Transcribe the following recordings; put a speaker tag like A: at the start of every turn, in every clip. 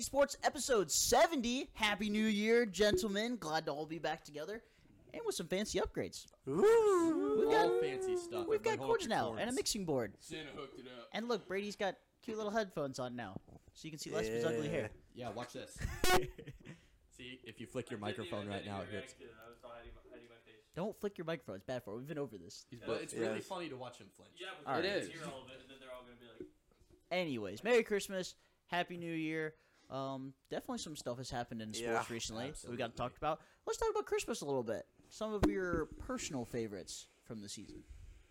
A: Sports episode 70. Happy New Year, gentlemen. Glad to all be back together. And with some fancy upgrades.
B: Ooh.
A: We've got,
C: All fancy stuff.
A: we've got
C: Everybody hold up
A: cords
C: your
A: now
C: cords.
A: and a mixing board.
C: Santa hooked it up.
A: And look, Brady's got cute little headphones on now. So you can see less of his ugly hair.
C: Yeah, watch this. See, if you flick your
D: I didn't
C: microphone
D: even- I
C: right
D: didn't
C: now, it
D: even
C: hits.
D: react to it. I was not hiding my- hiding my face.
A: Don't flick your microphone. It's bad for it. We've been over this.
C: He's it's
D: But
B: it's really
C: really
B: Yes.
C: funny to watch him flinch.
D: Yeah,
A: All
D: but
C: right.
D: they're gonna
C: It is.
D: hear all of it, and then they're all gonna be like,
A: Anyways, Merry Christmas. Happy New Year. Um, definitely some stuff has happened in sports
B: Yeah,
A: recently that we got to
C: absolutely.
A: talk about. Let's talk about Christmas a little bit. Some of your personal favorites from the season.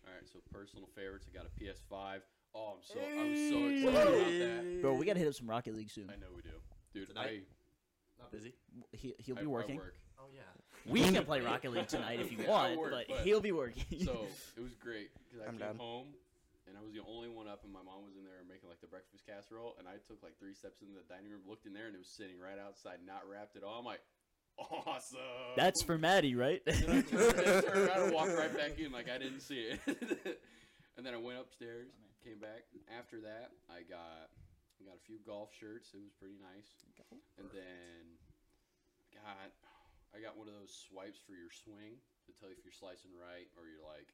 E: All right, so personal favorites. I got a PS5. Oh, I'm so I was so excited about that.
A: Bro, we got to hit up some Rocket League
E: I
A: soon.
E: know we do, dude.
C: Tonight?
E: I-
C: Not busy.
A: He, he'll
E: I,
A: be working.
E: I work.
C: Oh yeah.
A: We can play Rocket League tonight if you
E: Yeah, I
A: want,
E: work,
A: but,
E: but-
A: he'll be working.
E: So it was great because I
B: I'm
E: came
B: down.
E: home and I was the only one up, and my mom was in there making like the breakfast casserole, and I took like three steps into the dining room, looked in there, and it was sitting right outside, not wrapped at all. I'm like, awesome.
A: That's for Maddie, right?
E: And I turned, I turned around and walked right back in like I didn't see it. and then I went upstairs, came back. After that, I got I got a few golf shirts. It was pretty nice. And then I got I got one of those swipes for your swing to tell you if you're slicing right or you're like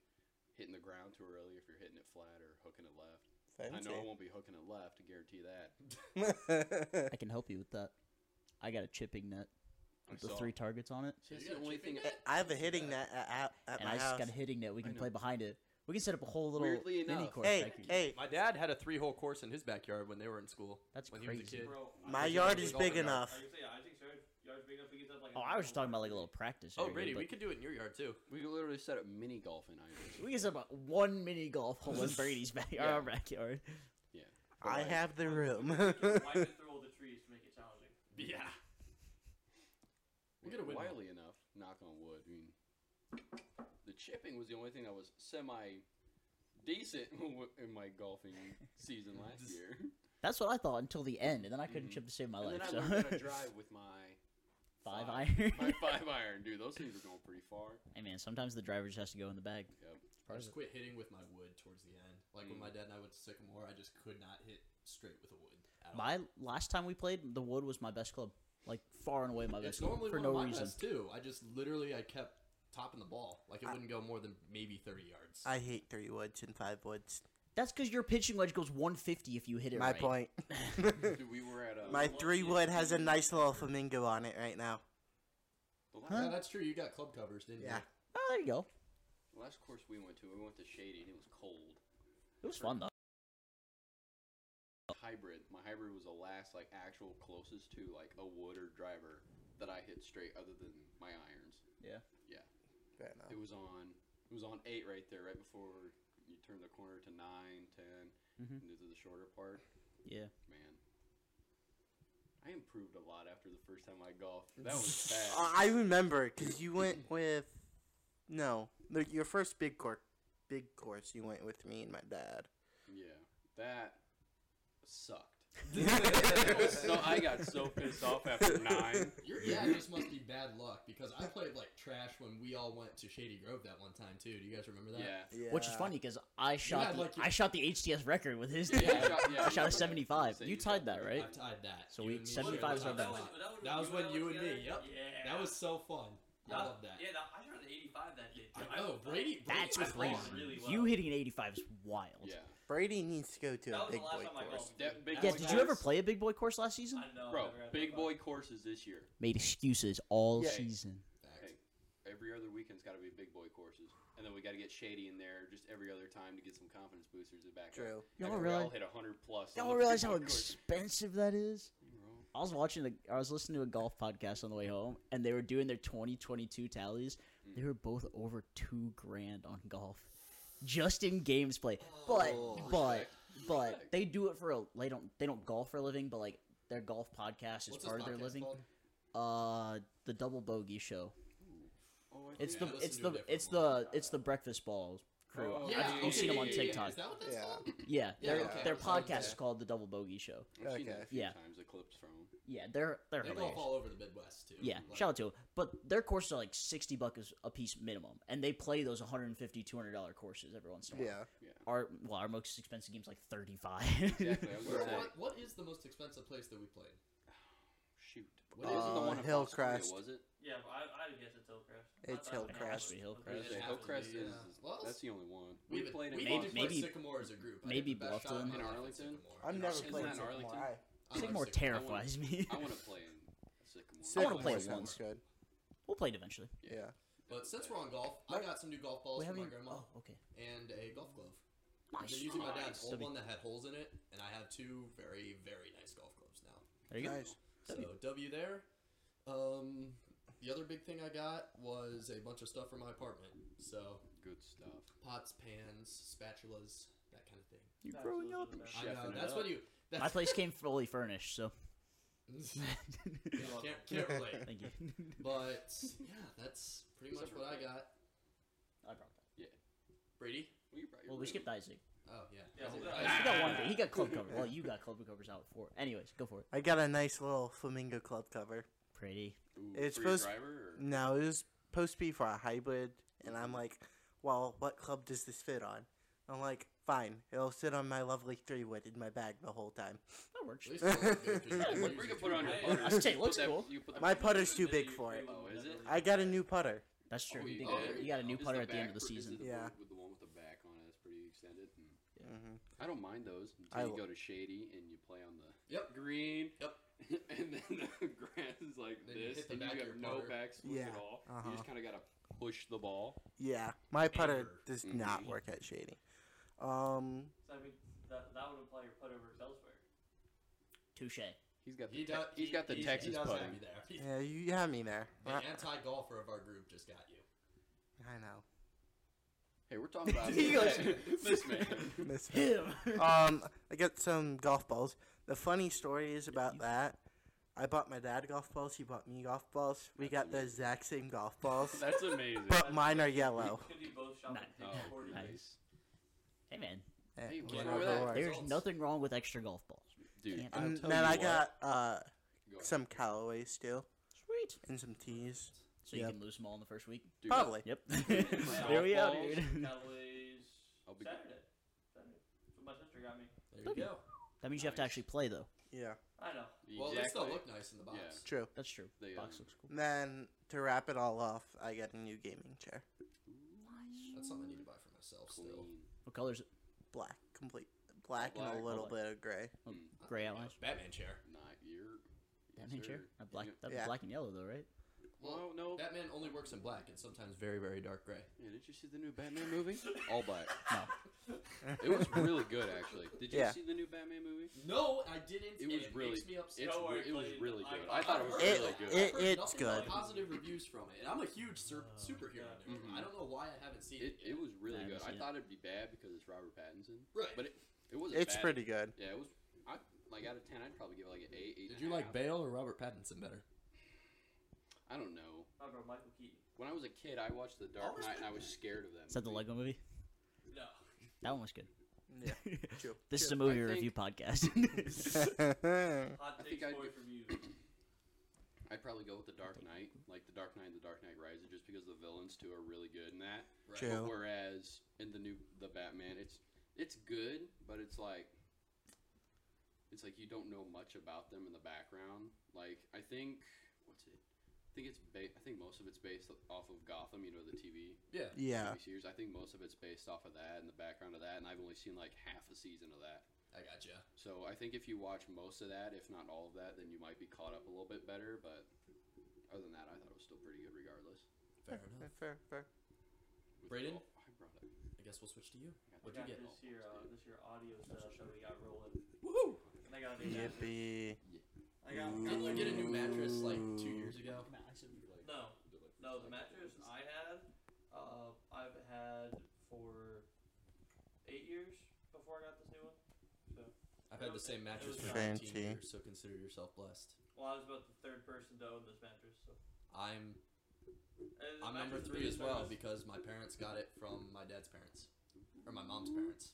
E: hitting the ground too early if you're hitting it flat or hooking it left. I know I
B: Fancy.
E: won't be hooking it left, I guarantee that.
A: I can help you with that. I got a chipping net with the
E: saw.
A: three targets on it,
E: See, that's
C: You got
E: the
C: a
E: only thing.
B: I have a hitting net at, at, at
A: and
B: my
A: I just
B: house.
A: got a hitting net. We can
E: know.
A: play behind it. We can set up a whole little
E: Weirdly
A: mini
E: enough-
A: course.
B: hey,
A: back here.
B: hey,
C: My dad had a three-hole course in his backyard when they were in school.
A: That's
C: when He was
A: crazy.
C: a kid.
D: bro. I
B: my
D: was
B: yard
D: gonna
B: is
D: go
B: big
D: for that.
B: enough.
D: I was gonna say, I think so. Yard's big enough. We could have like. a
A: Oh, I was just talking about like a
D: whole-
A: little practice.
C: Oh,
A: area,
C: Brady, we
A: but
C: could do it in your yard too.
E: We could literally set up mini golf in Idaho.
A: we can set up a- one mini golf hole in Brady's backyard. Our backyard.
E: Yeah. But,
B: I
E: like,
B: have the room.
D: Wipe it through all the trees to make it challenging.
C: Yeah. We're gonna win.
E: Wildly enough, knock on wood. I mean, the chipping was the only thing that was semi decent in my golfing season last year.
A: That's what I thought until the end, and then I couldn't chip to save my
E: And then
A: life.
E: I
A: So
E: learned how to drive with my
A: five iron.
E: my five iron, dude. Those things are going pretty far.
A: hey man, sometimes the driver just has to go in the bag.
E: Yep.
C: I just quit hitting with my wood towards the end. Like when my dad and I went to Sycamore, I just could not hit straight with a wood. At all.
A: My last time we played, the wood was my best club, like far and away my best
C: It's
A: club
C: normally
A: for
C: one
A: no
C: of my
A: reason.
C: best too. I just literally I kept topping the ball. Like it wouldn't go more than maybe thirty yards.
B: I hate three woods and five woods.
A: That's because your pitching wedge goes 150 if you hit it
B: My
A: right.
B: point.
E: Dude, we were at um, a
B: My three wood has a nice little flamingo on it right now.
E: the last,
C: Yeah, that's true. You got club covers, didn't
B: Yeah.
C: you?
A: Oh, there you go.
E: the last course we went to. We went to Shady, and it was cold.
A: It was fun though.
E: Hybrid. My hybrid was the last like actual closest to like a wood or driver that I hit straight, other than my irons.
A: Yeah.
E: Yeah.
B: Fair enough.
E: It was on. It was on eight right there, right before you turn the corner to nine, ten, and into the shorter part.
A: Yeah.
E: Man, I improved a lot after the first time I golfed. That was bad.
B: I I remember because you went with no the, your first big course. Big course you went with me and my dad.
E: yeah, that sucked. That was so I got so pissed off after nine.
C: Your dad just must be bad luck because I played like trash when we all went to Shady Grove that one time too. Do you guys remember that?
E: Yeah.
B: Yeah.
A: Which is funny because I shot
C: had,
A: the,
C: like, your-
A: I shot the HTS record with his.
E: Yeah, I shot- yeah,
A: I shot
E: you-
A: a 75.
E: you
A: You
E: shot
A: tied
E: that,
A: that
E: right?
C: I've
A: right?
C: tied that.
A: So
C: You
A: we-
C: and me
A: 75 is
C: shared
A: our
C: that
A: best.
C: spot.
D: That was- that was
C: That was
D: when
C: when
D: you
C: you
D: and
C: and
D: I
C: me. Yep.
D: went together? Yeah.
C: That was so fun. I love that.
D: Uh, Yeah, that, I shot an 85 that day.
C: I know Brady.
A: That's
C: Brady
D: played
A: crazy.
D: really well.
A: You hitting an 85 is wild.
E: Yeah.
B: Brady needs to go to a
D: That was the
B: big
D: last
B: boy
D: time I
B: course.
D: golfed.
E: That big
A: Yeah,
E: boy
A: did you ever
E: course-
A: play a big boy course last season?
D: I know. I've never
E: Bro,
D: had
E: big
D: that
E: boy courses this year.
A: Made excuses all
E: Yeah.
A: season.
E: Hey, every other weekend's got to be big boy courses, and then we got to get shady in there just every other time to get some confidence boosters to back
B: True.
E: up.
A: Y'all
E: After we
A: realize-
E: all hit hundred plus. on
A: Y'all
E: the
A: realize
E: big
A: how
E: boy course.
A: expensive that is? I was watching, the, I was listening to a golf podcast on the way home, and they were doing their 2022 tallies. They were both over two grand on golf, just in games play. But, but, but they do it for a. They don't. They don't golf for a living, but like their golf podcast is
C: What's this
A: part of their
C: podcast
A: living.
C: called?
A: Uh, the Double Bogey Show.
E: Oh, I
A: It's
E: think-
A: the
C: I
A: it's
C: listened to a
A: the
C: different
A: it's the it's the Breakfast Balls crew.
E: Oh,
A: I've-
C: Yeah,
A: You've seen them on
C: yeah, yeah, yeah.
A: TikTok.
C: Is that what that's
B: Yeah.
C: called?
A: Yeah, their
C: okay.
A: their
C: I saw
A: podcast
C: that.
A: is called the Double Bogey Show.
E: I've seen that
B: Okay.
E: a few
A: Yeah.
E: times. The clips from.
A: Yeah, they're they're
C: They go
A: hilarious.
C: all over the Midwest too.
A: Yeah,
C: Like,
A: shout out to 'em. But their courses are like 60 bucks a piece minimum, and they play those 150 200 dollar courses every once in a while.
B: Yeah.
E: Yeah.
A: Our well, our most expensive game's like 35.
E: Exactly. I was gonna say,
C: What, what is the most expensive place that we played?
E: Shoot. What is it? The
B: Uh,
E: one in Foxborough,
B: Hillcrest.
E: Was it?
D: Yeah, but I, I'd guess it's Hillcrest.
B: It's
D: I thought-
B: Hillcrest. Has to
A: be Hillcrest.
E: Yeah,
C: It has
D: Hillcrest.
C: to
E: Hillcrest
C: be,
E: is-
C: yeah. Well,
E: That's the only one.
C: we
E: We,
C: did-
E: played in
C: we
A: Maybe-
C: did
E: Foxborough.
C: play
A: maybe-
C: Sycamore as a group. I
A: maybe
C: did the best shot
A: Bluffton.
C: I
E: In
C: played
E: Arlington?
C: Sycamore.
B: I've
C: In
B: never
C: Arlington.
B: played
E: Isn't that in
B: Sycamore.
E: Arlington?
C: I
A: Sycamore
C: love Sycamore.
A: terrifies me.
E: I want to play in Sycamore.
B: I
A: wanna
B: want to
A: play
B: play
A: it
B: sounds good.
A: We'll play it eventually.
B: Yeah.
C: But since we're on golf, I got some new golf balls
A: We
C: from
A: haven't.
C: my
A: even-
C: grandma
A: Oh, okay.
C: and a golf glove. I've
A: Nice.
C: been using my dad's
A: nice.
C: old
A: W.
C: one that had holes in it, and I have two very, very nice golf clubs now.
A: There you go.
B: Nice.
C: So
A: W.
C: W, there. Um, the other big thing I got was a bunch of stuff for my apartment. So
E: Good stuff.
C: pots, pans, spatulas, that kind of thing.
A: You're
D: That's
A: growing
D: those are
A: up.
D: the best.
C: I
E: Chefing
C: know,
E: it
C: that's
E: up.
C: what you. That's
A: My place came fully furnished, so
C: Yeah, can't, can't relate.
A: thank you.
C: But yeah, that's pretty
E: Is
C: much
E: that
C: what I
E: right?
C: got.
A: I brought that.
C: Brady.
E: Well, you brought your
A: Well, we
E: room.
A: skipped Isaac.
C: Oh yeah.
D: Yeah,
C: Isaac.
D: well,
C: Isaac.
A: He got one. Thing. He got club cover. Well, you got club covers out for. Anyways, go for it.
B: I got a nice little flamingo club cover.
A: Pretty.
E: Ooh,
B: It's
E: for your
B: supposed-
E: driver. Or?
B: No, it was supposed to be for a hybrid, and I'm like, well, what club does this fit on? I'm like, fine, it'll sit on my lovely three wood in my bag the whole time.
A: That works.
C: At least it's not good, 'cause you
E: Yeah,
C: can use
E: but we
C: your
E: can put on your
D: Hey,
E: putter.
A: I say,
E: You
A: it looks
E: put that-
A: cool.
E: You put the
B: My
E: putter-
B: putter's too big for it. I got a new putter.
A: That's true.
E: Oh,
A: You
E: you
A: think
E: got
A: you
E: it.
A: got a new
E: Is
A: putter at the
E: back
A: end of the
E: pr- is it
A: season.
E: the
B: Yeah.
E: one With the one with the back on it, that's pretty extended. Mm.
A: Yeah.
B: Mhm.
E: I don't mind those until
B: I
E: you
B: l-
E: go to shady and you play on the
C: Yep.
E: green.
C: Yep.
E: and then the grass is like
C: Then you
E: this,
C: hit the
E: and
C: back
E: you
C: of your
E: have no
C: putter.
E: backswing
B: Yeah,
E: at all.
B: uh-huh.
E: You just kind of gotta push the ball.
B: Yeah, my putter
C: Amber.
B: does not
E: Mhm.
B: work at shading. Um,
D: So, I mean, that, that would imply your putter works elsewhere.
A: Touche.
E: He's got the
C: He
E: te-
C: does,
E: he's got the
C: he's-
E: Texas
C: he does have
E: putting.
C: you
B: yeah,
C: there.
B: you you have me there. I,
C: The anti golfer of our group just got you.
B: I know.
E: Hey, we're talking about
A: He
E: this
A: goes-
E: man. This man.
B: Miss me.
A: Him.
B: um, I got some golf balls. The funny story is about
A: you-
B: that. I bought my dad golf balls. He bought me golf balls. We
E: That's
B: got the exact same golf balls,
E: That's amazing.
B: but mine are yellow.
D: Could be both shopping
A: Nice.
E: oh,
D: things for you.
E: nice,
A: Hey man,
B: Eh,
E: Hey,
B: whatever
C: what's wrong with that?
B: works.
A: there's
C: Results.
A: nothing wrong with extra golf balls.
E: dude.
A: Can't-
E: I'll
B: And
E: tell
B: then
E: you
B: I
E: what.
B: got uh
E: Go ahead.
B: some Callaways too,
A: Sweet.
B: and some tees.
A: So you
B: Yep.
A: can lose them all in the first week.
E: Dude,
B: Probably.
A: Yep.
E: Golf
A: there we are,
E: balls.
A: dude.
D: Cowboys
E: I'll be-
D: Saturday. Saturday. That's what my sister got me.
C: There you go.
A: That means you have to
E: Nice.
A: actually play though.
B: Yeah,
D: I know.
C: Well, at least they'll
E: Exactly.
C: look nice in the box.
E: Yeah.
B: true.
A: That's true.
E: They,
A: Box
E: um,
A: looks cool.
B: And then to wrap it all off, I got a new gaming chair,
C: That's something I need to buy for myself still.
E: Clean.
A: What color is it?
B: black, complete black,
E: Black,
B: and a little
A: black.
B: bit of gray.
E: Mm.
A: Gray
C: There you go.
A: outlines.
C: Batman chair.
E: Not your.
A: That ain't chair. Not black. That'd be
B: Yeah.
A: black and yellow though, right?
E: Well, no.
C: Batman only works in black and sometimes very, very dark gray.
E: Yeah, did you see the new Batman movie? All black.
A: No.
E: It was really good, actually. Did you
B: Yeah.
E: see the new Batman movie?
C: No, I didn't.
E: It
C: and
E: was really-
C: Makes me upset.
E: It's
D: Don't worry,
E: re- it was
D: Clayton.
E: really
D: I-
E: good. I thought it was
B: It-
E: really good.
B: it-
C: I've heard
B: it's
C: nothing but
B: good.
C: Positive reviews from it, and I'm a huge sur-
A: Oh,
C: superhero
D: yeah.
C: nerd.
E: Mhm.
C: I don't know why I haven't seen
E: It,
C: it.
E: it was really
A: Nah, I
E: good.
A: haven't
E: I
A: seen it.
E: thought it'd be bad because it's Robert Pattinson,
C: right,
E: but it, it wasn't.
B: It's
E: bad.
B: pretty good.
E: Yeah, it was. I like out of ten, I'd probably give it like an eight. eight
C: did
E: and
C: you
E: a
C: like
E: half.
C: Bale or Robert Pattinson better?
E: I don't know.
D: My bro, Michael Keaton.
E: When I was a kid, I watched The
B: Oh,
E: Dark Knight and I was scared of that.
A: Is that the
E: movie.
A: Lego movie?
D: No.
A: That one was good.
B: Yeah,
A: this is a
B: True.
A: movie
E: I
A: review
E: think-
A: podcast.
B: true.
D: Hot
E: I
D: takes
E: think I'd
D: boy
E: do-
D: from you.
E: I'd probably go with The Dark Knight, like The Dark Knight and The Dark Knight Rises, just because the villains too are really good in that.
C: Right.
B: True.
E: But whereas in the new the Batman, it's it's good, but it's like it's like you don't know much about them in the background. Like I think what's it? I think it's ba- I think most of it's based off of Gotham, you know, the TV,
C: Yeah.
B: yeah,
E: TV series. I think most of it's based off of that and the background of that, and I've only seen like half a season of that.
C: I gotcha.
E: So I think if you watch most of that, if not all of that, then you might be caught up a little bit better. But other than that, I thought it was still pretty good regardless.
C: Fair enough.
B: fair, fair.
E: With
C: Braden?
E: all- I brought it.
C: I guess we'll switch to you.
D: We
C: What'd
D: got
C: you get?
D: this year, uh, this year audio setup that we got rolling.
C: Woohoo!
D: And I got a new mattress.
B: Yippee!
D: I got,
C: Didn't you get a new mattress like two
B: Ooh.
C: years ago?
D: No. No, the mattress I had, uh, I've had for eight years before I got this new one. So,
C: I've had the same mattress for
B: Fancy.
C: 19 years, so consider yourself blessed.
D: well, I was about the third person to own this mattress. So.
C: I'm
D: And the
C: I'm number
D: mattress
C: three
D: biggest
C: as well
D: service-
C: because my parents got it from my dad's parents or my mom's parents.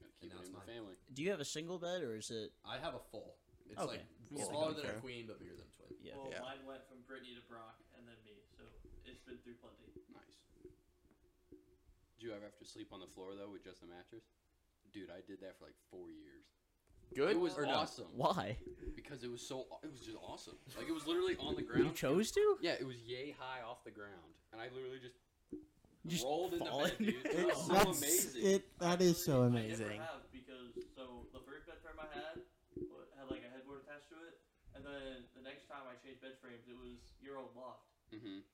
E: Gotta keep it
C: Announce
E: in the
C: mine.
E: family.
A: Do you have a single bed or is it?
C: I have a full. It's
A: Okay.
C: like
B: Full.
C: smaller than
B: Okay.
C: a queen but bigger than a twin.
A: Yeah.
D: Well,
B: Yeah.
D: mine went from Brittany to Brock and then me, so it's been through plenty.
E: Nice. Did you ever have to sleep on the floor though with just a mattress? Dude, I did that for like four years.
C: Good
E: It was
C: or no?
E: awesome
A: Why?
E: because it was so it was just awesome. Like it was literally on the ground.
A: You chose to?
E: Yeah, it was yay high off the ground, and I literally just,
A: Just
E: rolled in the
A: falling.
E: bed, dude. It
B: It's
E: was so
B: that's,
E: amazing.
B: It that is so
D: I never
B: amazing.
D: have because so the first bed frame I had wa- had like a headboard attached to it, and then the next time I changed bed frames, it was your old loft,
E: hmm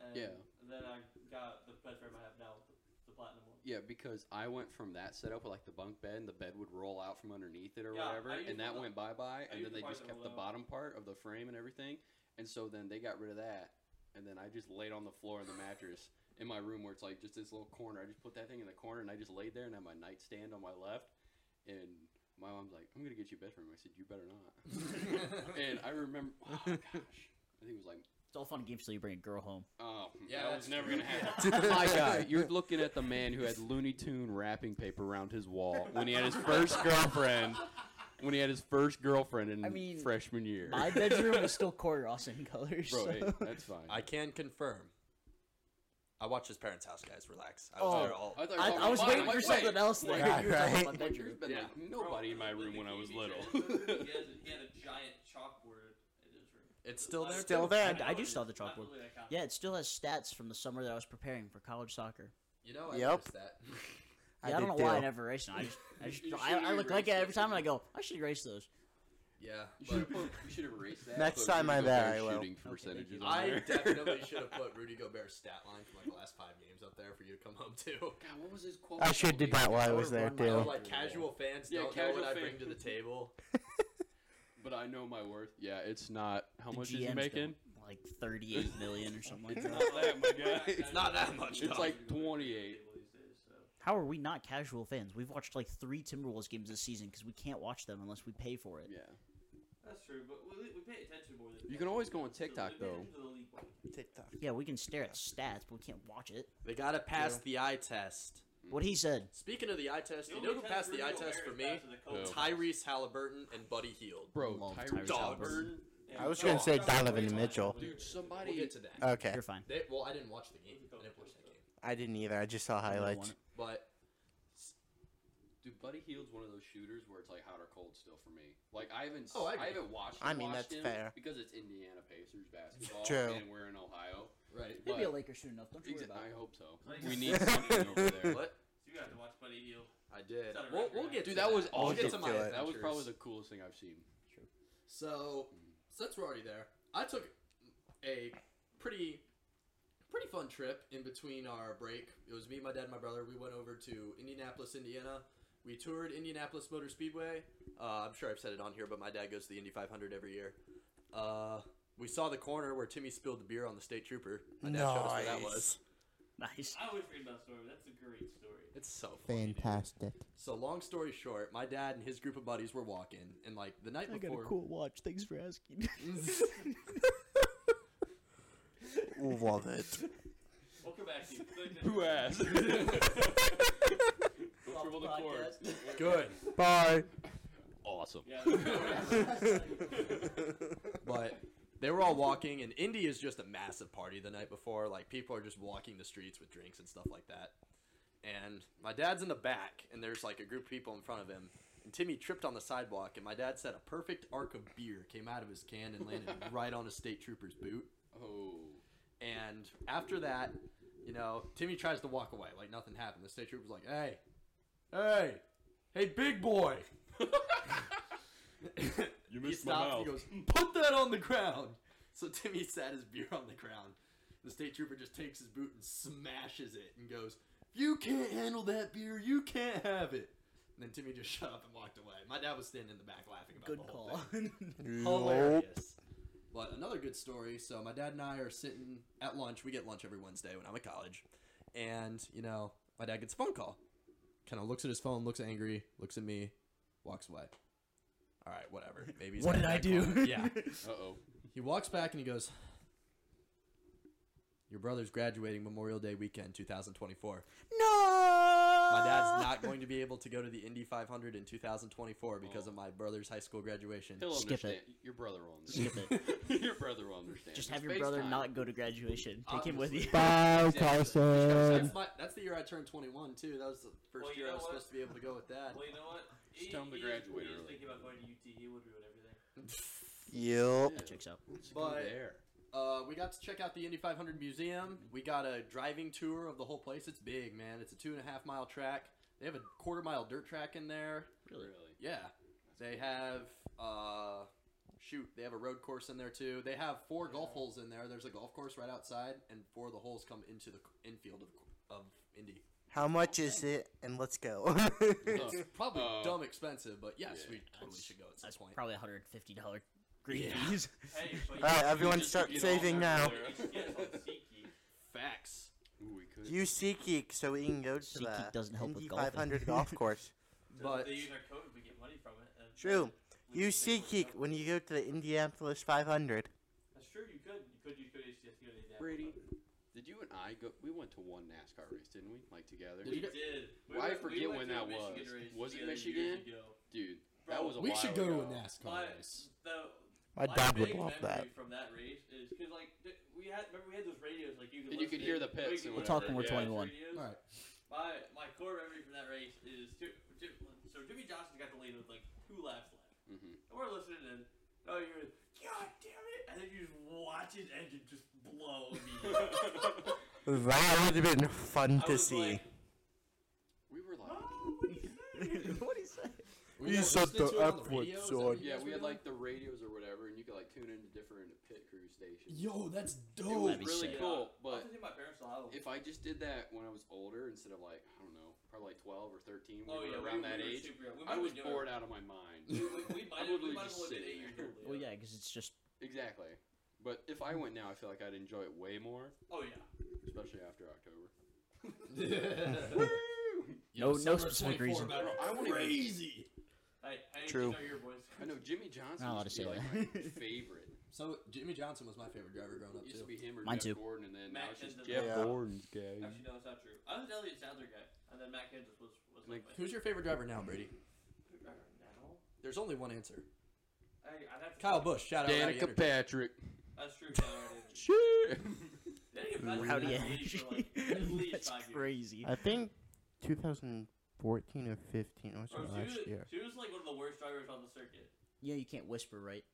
D: and
E: Yeah.
D: then I got the bed frame I have now, the, the platinum one.
E: Yeah, because I went from that setup with like the bunk bed, and the bed would roll out from underneath it or
D: Yeah, I
E: whatever,
D: used
E: and that
D: the-
E: went bye bye, and
D: used
E: then
D: the
E: they
D: part
E: just
D: that
E: kept the
D: rolled out.
E: bottom part of the frame and everything, and so then they got rid of that, and then I just laid on the floor in the mattress in my room where it's like just this little corner. I just put that thing in the corner, and I just laid there and had my nightstand on my left, and my mom's like, "I'm gonna get you a bed frame." I said, "You better not." and I remember, oh gosh, I think it was like
A: It's all fun and games till you bring a girl home.
E: Oh,
C: Yeah,
E: that
C: that's
E: was never
C: true.
E: gonna happen. My guy, you're looking at the man who had Looney Tune wrapping paper around his wall when he had his first girlfriend. When he had his first girlfriend in
A: I mean,
E: freshman year.
A: My bedroom is still Court Austin colors.
E: Bro,
A: so-
E: hey, that's fine.
F: I can confirm. I watched his parents' house, guys. Relax. I was
A: Oh.
F: there all.
E: thought you were
A: I,
E: talking
A: I was
E: about
A: waiting
E: mine.
A: for
E: I'm like,
A: something
E: wait,
A: else there.
B: Yeah,
A: you were talking
B: right.
A: about my bedroom.
E: There's been like nobody in my room when I was little.
D: he, has a, he had a giant chalkboard in his room.
F: It's still there.
B: Still
F: too.
B: there.
A: I- I do still have the
D: I'm
A: chalkboard.
D: literally a copy.
A: Yeah, it still has stats from the summer that I was preparing for college soccer.
F: You know, I
B: Yep.
F: noticed that.
A: Yeah, I, don't know
B: did
A: why I
B: too.
A: never erased them. I just, I, just,
E: You
A: I, I
E: should've
A: look like it
E: erased
A: every time and I
E: it.
A: go, I should erase those.
F: Yeah.
E: You
F: but-
E: should have put- you should have erased that.
B: Next
E: put
B: time
E: Rudy
B: I'm there,
E: Gobert
B: I will.
E: Shooting
A: thank
E: percentages.
A: you.
E: on
C: I
E: there.
C: definitely should have put Rudy Gobert's stat line from like the last five games up there for you to come up to.
E: God, what was his quote?
B: I should did that while I
A: I
B: was
A: would've run my
B: there
C: I know,
B: too.
A: own-
C: like casual fans
E: Yeah,
C: don't
E: casual
C: know what I
E: fan.
C: bring to the table.
E: But I know my worth. Yeah, it's not. How
A: The
E: much is he
A: GM's
E: making?
A: bill, Like 38 million or something like
E: It's
A: that.
E: not that, my guy.
F: It's not that much,
E: It's
F: dog.
E: like 28.
D: These days, so.
A: How are we not casual fans? We've watched like three Timberwolves games this season because we can't watch them unless we pay for it.
E: Yeah.
D: That's true, but we, we pay attention more than
E: You can always go on
D: So we
E: TikTok,
D: pay
E: though.
D: attention to the league one.
B: TikTok.
A: Yeah, we can stare at stats, but we can't watch it.
F: They gotta pass the eye test.
E: Mm.
A: What he said.
F: Speaking of the eye test, you
D: only
F: know who
D: test
F: passed the
D: Rudy
F: eye
D: Gobert
F: test for
D: is
F: me?
D: passing the
E: No.
D: COVID
F: Tyrese Halliburton and Buddy Heald.
E: Bro,
A: Love
E: Tyrese
A: Tyrese
E: Halliburton.
A: Halliburton.
D: And
B: I was
D: Donovan
B: gonna say
D: Mitchell.
B: Donovan Mitchell.
E: Dude, somebody.
C: We'll get to
F: Uh,
C: that.
B: Okay,
A: You're fine.
C: They, well, I didn't watch the game. I didn't watch that game.
B: I didn't either. I just saw
A: I would've
B: highlights.
A: won it.
C: But
E: Dude, Buddy Heald's one of those shooters where it's like hot or cold still for me. Like I haven't,
C: Oh, I
E: I,
C: agree.
E: haven't watched.
B: I
E: him,
B: mean,
E: watched
B: that's
E: him
B: fair.
E: because it's Indiana Pacers basketball,
B: True.
E: and we're in Ohio.
C: right,
A: He'll be a
E: But-
A: Laker soon enough. Don't you worry
E: Exa-
A: about
E: I
A: it.
E: hope so.
D: Like-
E: We need something over there.
F: What?
D: You got to watch Buddy Hield.
C: I did.
D: It's not a
C: We'll,
D: record,
C: we'll
D: right?
C: get
E: Dude,
C: to
E: that was
C: We'll get to
B: awesome.
C: my
B: That
E: That was probably the
C: adventures.
E: coolest thing I've seen.
C: So since we're already there, I took a pretty pretty fun trip in between our break. It was me, my dad, and my brother. We went over to Indianapolis, Indiana. We toured Indianapolis Motor Speedway. Uh, I'm sure I've said it on here, but my dad goes to the Indy 500 every year. Uh, we saw the corner where Timmy spilled the beer on the state trooper. My dad showed us where that
B: Nice.
C: was.
A: Nice.
D: I always read about that story. That's a great story.
C: It's so funny. dude.
B: Fantastic.
C: So long story short, my dad and his group of buddies were walking, and like the night before,
A: watch. Thanks for asking.
B: Love it.
D: We'll come back to you. Click
E: Who
D: it.
E: asked? Triple the chords.
C: good.
B: Bye.
E: Awesome.
D: Yeah.
C: but they were all walking, and Indy is just a massive party the night before. Like people are just walking the streets with drinks and stuff like that. And my dad's in the back, and there's like a group of people in front of him. And Timmy tripped on the sidewalk, and my dad said a perfect arc of beer came out of his can and landed right on a state trooper's boot.
E: Oh.
C: And after that, you know, Timmy tries to walk away like nothing happened. The state trooper's like, "Hey, hey, hey, big boy."
E: You
C: he stops and he goes, "Mm, "Put that on the ground." So Timmy sat his beer on the ground. The state trooper just takes his boot and smashes it and goes, "If you can't handle that beer, you can't have it." And then Timmy just shut up and walked away. My dad was standing in the back laughing about
A: Good
C: the whole
A: call.
C: thing
B: Nope.
C: hilarious. But another good story. So my dad and I are sitting at lunch. We get lunch every Wednesday when I'm at college, and you know my dad gets a phone call. Kind of looks at his phone, looks angry, looks at me, walks away. All right, whatever. Maybe. he's
A: what did
C: having
A: I
C: a
A: do?
C: bad call. yeah.
E: Uh oh.
C: He walks back and he goes, "Your brother's graduating Memorial Day weekend, 2024."
A: no.
F: My dad's not going to be able to go to the Indy 500 in 2024 because
E: Oh.
F: of my brother's high school graduation.
E: He'll
A: Skip it.
E: understand. Your brother will understand.
A: Skip it.
E: your brother will understand.
A: Just
E: It's
A: have your brother
E: FaceTime.
A: not go to graduation. Take him with you.
C: Obviously.
G: Bye,
E: Exactly.
G: Carson.
C: That's, my, that's the year I turned 21 too. That was the first
D: Well, you
C: year I
D: know
C: was
D: what?
C: supposed to be able to go with that.
D: Well, you know what?
E: Just tell him to
D: He- he-
E: graduate
D: He is
E: early.
D: thinking about going to UT. He would ruin everything.
B: Yep.
A: That checks out.
E: Just go
C: But-
E: there.
C: Uh, we got to check out the Indy 500 Museum. We got a driving tour of the whole place. It's big, man. It's a two and a half mile track. They have a quarter mile dirt track in there.
E: Really.
C: Yeah, they have. Uh, shoot, they have a road course in there too. They have four golf holes in there. There's a golf course right outside, and four of the holes come into the infield of, of Indy.
B: How much is it? And let's go.
C: It's probably
D: Oh.
E: Uh,
C: dumb expensive, but yes,
E: yeah.
C: we totally should go at some
A: That's
C: point.
A: probably $150 green
C: Yeah.
A: fees.
D: Hey, but
B: All right,
D: you
B: everyone,
E: just-
B: start
E: you don't
B: saving now.
E: have
D: you can get it on SeatGeek.
C: Facts.
E: Ooh, we could.
B: Use SeatGeek so we can go to
A: SeatGeek
B: the
A: doesn't help with
B: Indy
A: golfing.
B: 500 golf course.
D: So if
C: But
D: they use our code, we get money from it. And
B: True.
D: we
B: Use
D: can pay for
B: SeatGeek
D: it.
B: when you go to the Indianapolis 500.
D: That's true. You could. You could use code HTS to go to the
E: Brady, did you and I go? We went to one NASCAR race, didn't we? Like together,
D: We
C: Did you
D: did.
C: go-
D: We
E: Well, I
D: went- we
E: forget
D: went
E: when
D: to a
E: that
D: Michigan
E: was.
D: race
E: Was it
D: together years
E: Michigan?
D: ago.
E: dude. That
D: Bro,
E: was a
C: we
E: while
C: should go to a
E: ago.
C: NASCAR
D: But
C: race.
D: the
G: My
D: my
G: dad would
D: big
G: love that.
D: memory From that race is because like th- we had remember we had those radios like you could
E: And you could
D: listen
E: hear
D: in,
E: the
D: or you could
E: pits and
A: We'll talk
D: listen
A: when
D: in
A: we're
D: to
A: 21.
D: radios.
C: all right,
D: My my core memory from that race is Ju- Ju- so Jimmy Johnson got the lead with like two laps left.
E: Mhm.
D: And we're listening and oh you're like, God damn it! And then you just watch his engine just blow. immediately.
B: That would have been fun
D: I
B: to
D: was
B: see.
D: like,
E: We were like,
D: oh, what do you say?
A: what is that?
C: We
G: You
C: guys
G: said
C: listening
G: the
C: to it on
G: F
C: the
G: word,
C: radio? Is that
G: son.
C: what you
E: yeah,
C: guys
E: we
C: were
E: had
C: doing?
E: like the radios or whatever, and you could like tune into different pit crew stations.
C: Yo, that's
E: it
C: dope.
E: was
A: that'd be
E: really
A: sick.
E: cool.
D: I'll have
E: But
D: to see my parents' album.
E: if I just did that when I was older, instead of like I don't know, probably like twelve or thirteen, we
D: oh
E: were
D: yeah, we,
E: around that
D: we were
E: age,
D: super young. We
E: I
D: might
E: was
D: be doing-
E: bored out of my mind.
D: We, we, we might have we
E: literally
D: might have
E: just
D: lived
E: sitting
D: eight years
E: there.
D: old.
A: Well, yeah, because it's just
E: exactly. But if I went now, I feel like I'd enjoy it way more,
D: Oh yeah.
E: especially after October.
A: No- no
C: Summer
A: specific
C: 24
A: reason.
C: better.
E: I wouldn't even-
C: Crazy.
D: Hey, hey,
B: True.
D: Know your voice.
E: I know Jimmy Johnson
A: Not allowed
E: used
A: to
E: to be
A: say
E: like
A: that.
E: my favorite.
C: So Jimmy Johnson was my favorite driver growing
E: It
C: up
E: used to
C: too.
E: be him or
A: Mine
E: Jeff
A: too.
E: Gordon, and then now
D: Matt
E: it's just
D: Kenseth.
E: Jeff
B: Yeah.
E: Gordon's gay.
D: Actually, no, it's not true. I was an Elliott Sadler guy, and then Matt Kansas was was like.
E: Like,
D: my-
C: Who's your favorite driver now, Brady?
D: Now?
C: There's only one answer.
D: I, I'd have to
C: Kyle Bush. Shout out. Rowdy Energy.
E: Danica Patrick.
D: That's true. Kyle
E: Shit.
A: rowdy
D: energy.
A: energy. That's crazy.
B: I think 2014 or 15 was
D: Bro,
B: my
D: she, was,
B: last year.
D: she was like one of the worst drivers on the circuit.
A: Yeah, you can't whisper, right?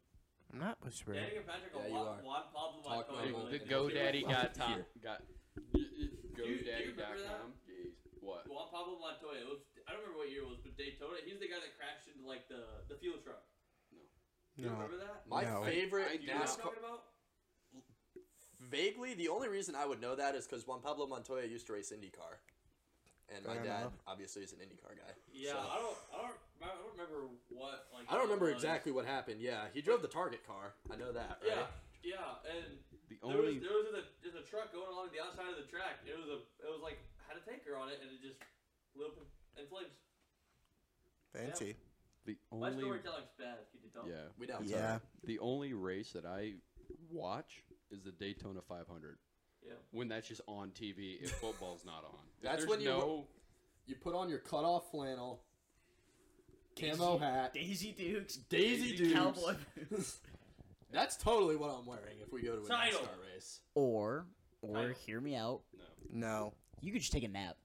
B: I'm not whispering.
D: Danica Patrick,
C: Yeah,
D: a
C: you
D: Juan,
C: are.
D: Juan Pablo
C: Talk
D: Montoya,
C: about
D: like,
E: the
C: it.
E: GoDaddy got top.
C: Here.
E: Got
D: Do you- do you remember
E: GoDaddy.com. Jeez. What?
D: Juan Pablo Montoya. It was, I don't remember what year it was, but Daytona. He's the guy that crashed into like the the fuel truck. Do you
B: No.
D: remember that?
E: My
B: No.
E: favorite
D: Do you know what I'm
E: NASCAR.
D: talking about?
F: Vaguely, the only reason I would know that is because Juan Pablo Montoya used to race IndyCar, and my
B: Fair
F: dad
B: enough.
F: obviously is an IndyCar guy. So-
D: Yeah, I don't, I don't, I don't remember what like.
F: I don't
D: it
E: Oh,
F: remember
D: was.
F: exactly what happened. Yeah, he drove the Target car. I know that. Right?
D: Yeah, yeah, and
E: The
D: there was
E: only.
D: there was a there's a truck going along the outside of the track. It was a it was like had a tanker on it, and it just blew up in flames.
B: Fancy.
E: The
D: My
E: only.
D: storytelling's bad. Can you tell?
E: Yeah.
F: we know.
B: Yeah.
E: The only race that I watch is the Daytona 500.
D: Yeah.
E: When that's just on TV, if football's not on. If
F: That's
E: there's
F: when you-
E: no.
C: You put on your cutoff flannel, camo hat.
A: Daisy Dukes,
C: Daisy Dukes.
A: Cowboy.
C: That's totally what I'm wearing if we go to a
D: Title.
C: NASCAR race.
A: or, or
D: Title.
A: hear me out.
E: No.
B: No.
A: You could just take a nap.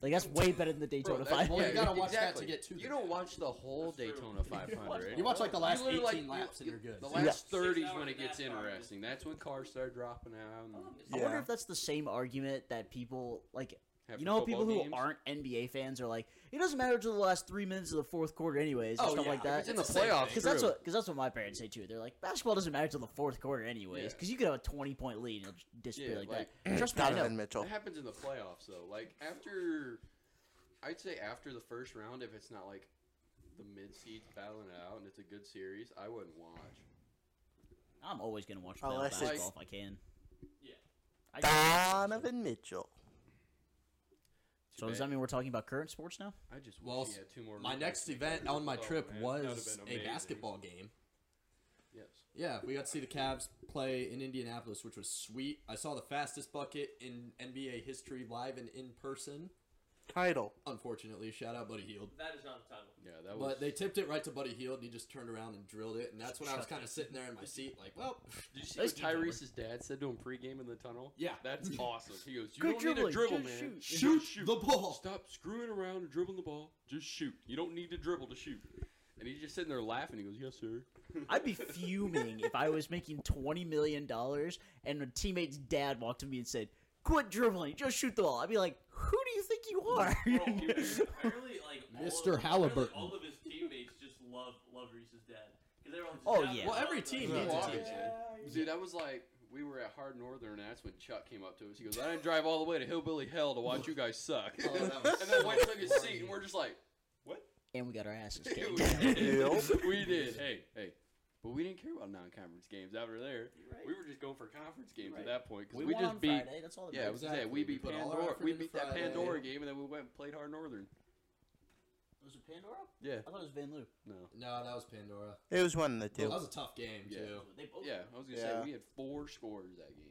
A: Like that's way better than the Daytona
E: Bro, that-
A: 500.
C: Well, you
E: yeah,
C: gotta watch that
E: exactly.
C: to get to
E: You
C: the
E: don't
C: map.
E: watch the whole
D: That's true.
E: Daytona
A: You
E: 500.
C: You watch like the last
E: literally,
C: 18
E: like, you-
C: laps and you're good.
E: The
C: Yeah.
E: last
D: Yeah.
E: 30s
D: Six
E: when
D: hours
E: it gets
D: NASCAR, dude.
E: interesting. That's when cars start dropping out. And
D: I love this.
A: I wonder
B: Yeah.
A: if that's the same argument that people like.
E: have
A: you
E: the
A: know, how
E: football
A: people who
E: games.
A: aren't NBA fans are like, it doesn't matter till the last three minutes of the fourth quarter, anyways, and
E: Oh,
A: stuff
E: yeah,
A: like
E: if
A: that.
E: it's in the
C: It's the same
E: playoffs.
C: thing.
A: Because that's
E: true.
A: what because that's what my parents say too. They're like, basketball doesn't matter till the fourth quarter, anyways,
E: Yeah.
A: because you could have a twenty point lead and it'll just disappear
E: Yeah,
A: like,
E: like-
A: that. Trust me, I know.
B: Donovan Mitchell.
E: It happens in the playoffs though. Like after, I'd say after the first round, if it's not like the mid seeds battling it out and it's a good series, I wouldn't watch.
A: I'm always gonna watch playoff
B: Unless
E: it's-
A: basketball if I can.
D: Yeah.
A: I
B: Donovan Mitchell.
E: Too
A: So does
E: bad.
A: that mean we're talking about current sports now?
E: I just wish
C: Well,
E: he had two more.
C: My
E: rings.
C: next event on my
E: Oh,
C: trip
E: man, that would've
C: was
E: been
C: a
E: amazing.
C: basketball game.
E: Yes.
C: Yeah, we got to see the Cavs play in Indianapolis, which was sweet. I saw the fastest bucket in NBA history live and in person.
B: Title.
C: Unfortunately, shout out Buddy Heald.
D: That is not the title.
E: Yeah, that was.
C: But they tipped it right to Buddy Heald, and he just turned around and drilled it. And that's when I was
D: Shut
C: kind of sitting there in my seat, like, well,
E: Did you see
A: Those
E: what
A: teams are worth-
E: Tyrese's dad said to him pregame in the tunnel?
C: yeah,
E: That's awesome. He goes, "You
A: Good
E: don't need to
A: dribbling,
E: dribble,
A: just
E: man.
A: shoot.
E: Just
C: shoot, the ball.
E: Stop screwing around and dribbling the ball. Just shoot. You don't need to dribble to shoot." And he's just sitting there laughing. He goes, "Yes, sir."
A: I'd be fuming if I was making twenty million dollars and a teammate's dad walked to me and said, "Quit dribbling, just shoot the ball." I'd be like, "Who do you think you are?"
D: Bro, apparently, like all of-
C: Mr.
D: apparently
C: Halliburton.
D: all of his teammates just love love Reese's dad because everyone's just
A: Oh,
D: down
A: yeah.
D: for
A: Well,
C: every
D: love,
C: team
D: like,
B: needs a
D: yeah,
C: team.
D: yeah.
E: Dude, that was like we were at Hard Northern, and that's when Chuck came up to us. He goes, "I didn't drive all the way to hillbilly hell to watch you guys suck."
C: Oh, that
E: and
C: was
E: then
C: so
E: White took his
C: funny.
E: seat, and we're just like,
A: and we got our asses
E: "Dude,
A: kicked.
E: "We did, hey, hey." But we didn't care about non-conference games after there.
D: You're right.
E: We were just going for conference games
D: Right.
E: at that point because
A: we
E: we,
A: won on
E: just beat.
A: Friday. That's all that
E: Yeah, I
A: matters.
E: was gonna say,
C: Exactly.
E: we
C: We
E: beat
C: put all our
E: Pandora.
C: effort
E: We
C: into
E: beat that
C: Friday.
E: Pandora game, and then we went and played Hard Northern.
A: Was it Pandora?
E: Yeah.
A: I thought it was Van Loo.
E: No.
C: No, that was Pandora.
B: It was one of the
C: That
B: two.
C: was a tough game
E: Yeah.
C: too.
A: They both.
E: Yeah, I was gonna
B: Yeah.
E: say we had four scores that game.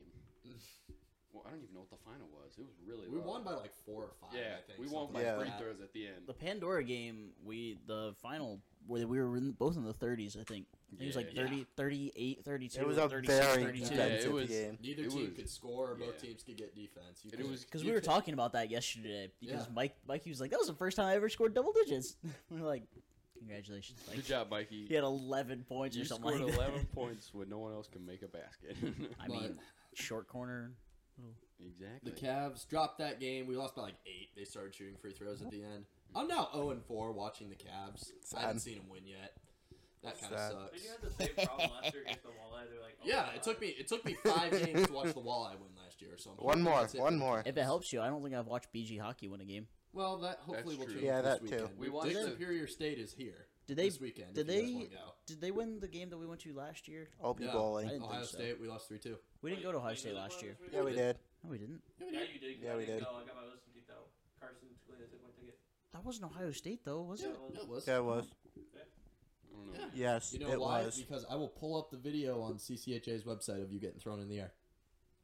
E: well, I don't even know what the final was. It was really.
C: We
E: low.
C: won by like four or five.
E: Yeah,
C: I think,
E: we won
C: something
E: by
C: like
B: Yeah.
E: free
C: that.
E: throws at the end.
A: The Pandora game, we the final where we were in, both in the 30s, I think. I think It was like
E: Yeah.
A: 30, 38, 32,
B: It was
A: or
B: a
A: 36,
B: very
A: 32.
E: Yeah, it
B: expensive
E: was-
B: game.
C: Neither
E: It
C: team
E: was-
C: could score. Both
E: yeah.
C: teams could get defense. You
E: And it
C: couldn't-
E: was
A: Because
E: you
A: we were
E: could-
A: talking about that yesterday. Because
C: Yeah.
A: Mike, Mike, he was like, "That was the first time I ever scored double digits." we were like, "Congratulations, Mike!"
E: Good job, Mikey.
A: He had 11 points
E: You
A: or
E: scored
A: something like that.
E: 11 points when no one else can make a basket.
A: I
C: But
A: mean, short corner.
E: exactly.
C: the Cavs dropped that game. We lost by like eight. They started shooting free throws at the end. I'm now 0 and 4 watching the Cavs. I haven't
B: Sad.
C: seen them win yet. That kind
B: Sad.
C: of
D: But
C: sucks.
D: you had the same problem last year against the walleye. They're like, oh,
C: Yeah,
D: God.
C: it took me it took me five games to watch the Walleye win last year. So I'm
B: One
C: hoping
B: more.
C: that's it.
B: One more.
A: If it helps you, I don't think I've watched BG hockey win a game.
C: Well, that hopefully will
E: true.
C: change.
B: Yeah,
C: this
B: that too.
C: weekend.
E: We
C: Dick
E: watched the-
C: Superior State is here.
A: Did they-
C: this weekend?
A: did
C: if you guys
A: they-
C: wanna go.
A: Did they win the game that we went to last year?
B: I'll be
C: Yeah.
A: I
B: bowling.
A: didn't
C: Ohio
A: think so.
C: State, we lost three two.
A: We didn't
D: Wait,
A: go to Ohio
D: you
A: State
D: did
A: last
D: one
A: year.
D: this week?
B: Yeah, we did.
A: No, we didn't.
D: Yeah, you did. 'cause
B: Yeah,
D: I
B: we
D: didn't
B: did.
D: Go. I got my Wilson kicked out. Carson Toledo took my ticket.
A: That wasn't Ohio State though, was
C: Yeah,
A: it?
C: no, it was.
B: Yeah, it was.
E: I don't know.
C: Yeah.
B: Yes,
C: You know
B: it
C: why?
B: was.
C: Because I will pull up the video on CCHA's website of you getting thrown in the air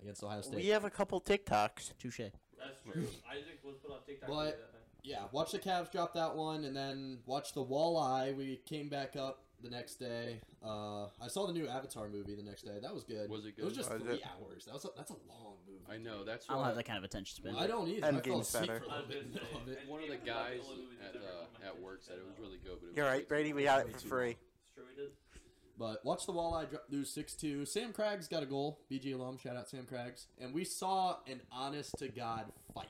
C: against Ohio State.
B: We have a couple TikToks.
A: Touche.
D: That's true. Isaac was put on TikTok.
C: But-
D: that night.
C: Yeah, watch the Cavs drop that one, and then watch the Walleye. We came back up the next day. Uh, I saw the new Avatar movie the next day. That was good.
E: Was it
C: It was
E: good?
C: just
B: Was
C: three
B: it?
C: hours. That was a, that's a long movie.
E: I know. That's
A: I don't
E: why
A: have that kind of attention span.
C: I don't either. I fell
B: Endgame's
C: asleep
B: better.
C: for a
D: I
C: little
D: was
C: bit in the
D: gonna
C: middle of
D: say,
C: it.
D: and
E: one of the
D: Peter Parker
E: guys
D: was the only movie
E: at,
D: that's ever
E: uh,
D: on my
E: at
D: attention
E: work said it
D: span,
E: was
D: though.
E: really good, but it was
B: You're right,
E: way
B: Brady.
E: too
B: We
E: long.
B: got it for free.
D: It's true, we did.
C: But watch the Walleye dro- lose six two. Sam Craggs got a goal. BG alum, shout out Sam Craggs. And we saw an honest to god fight.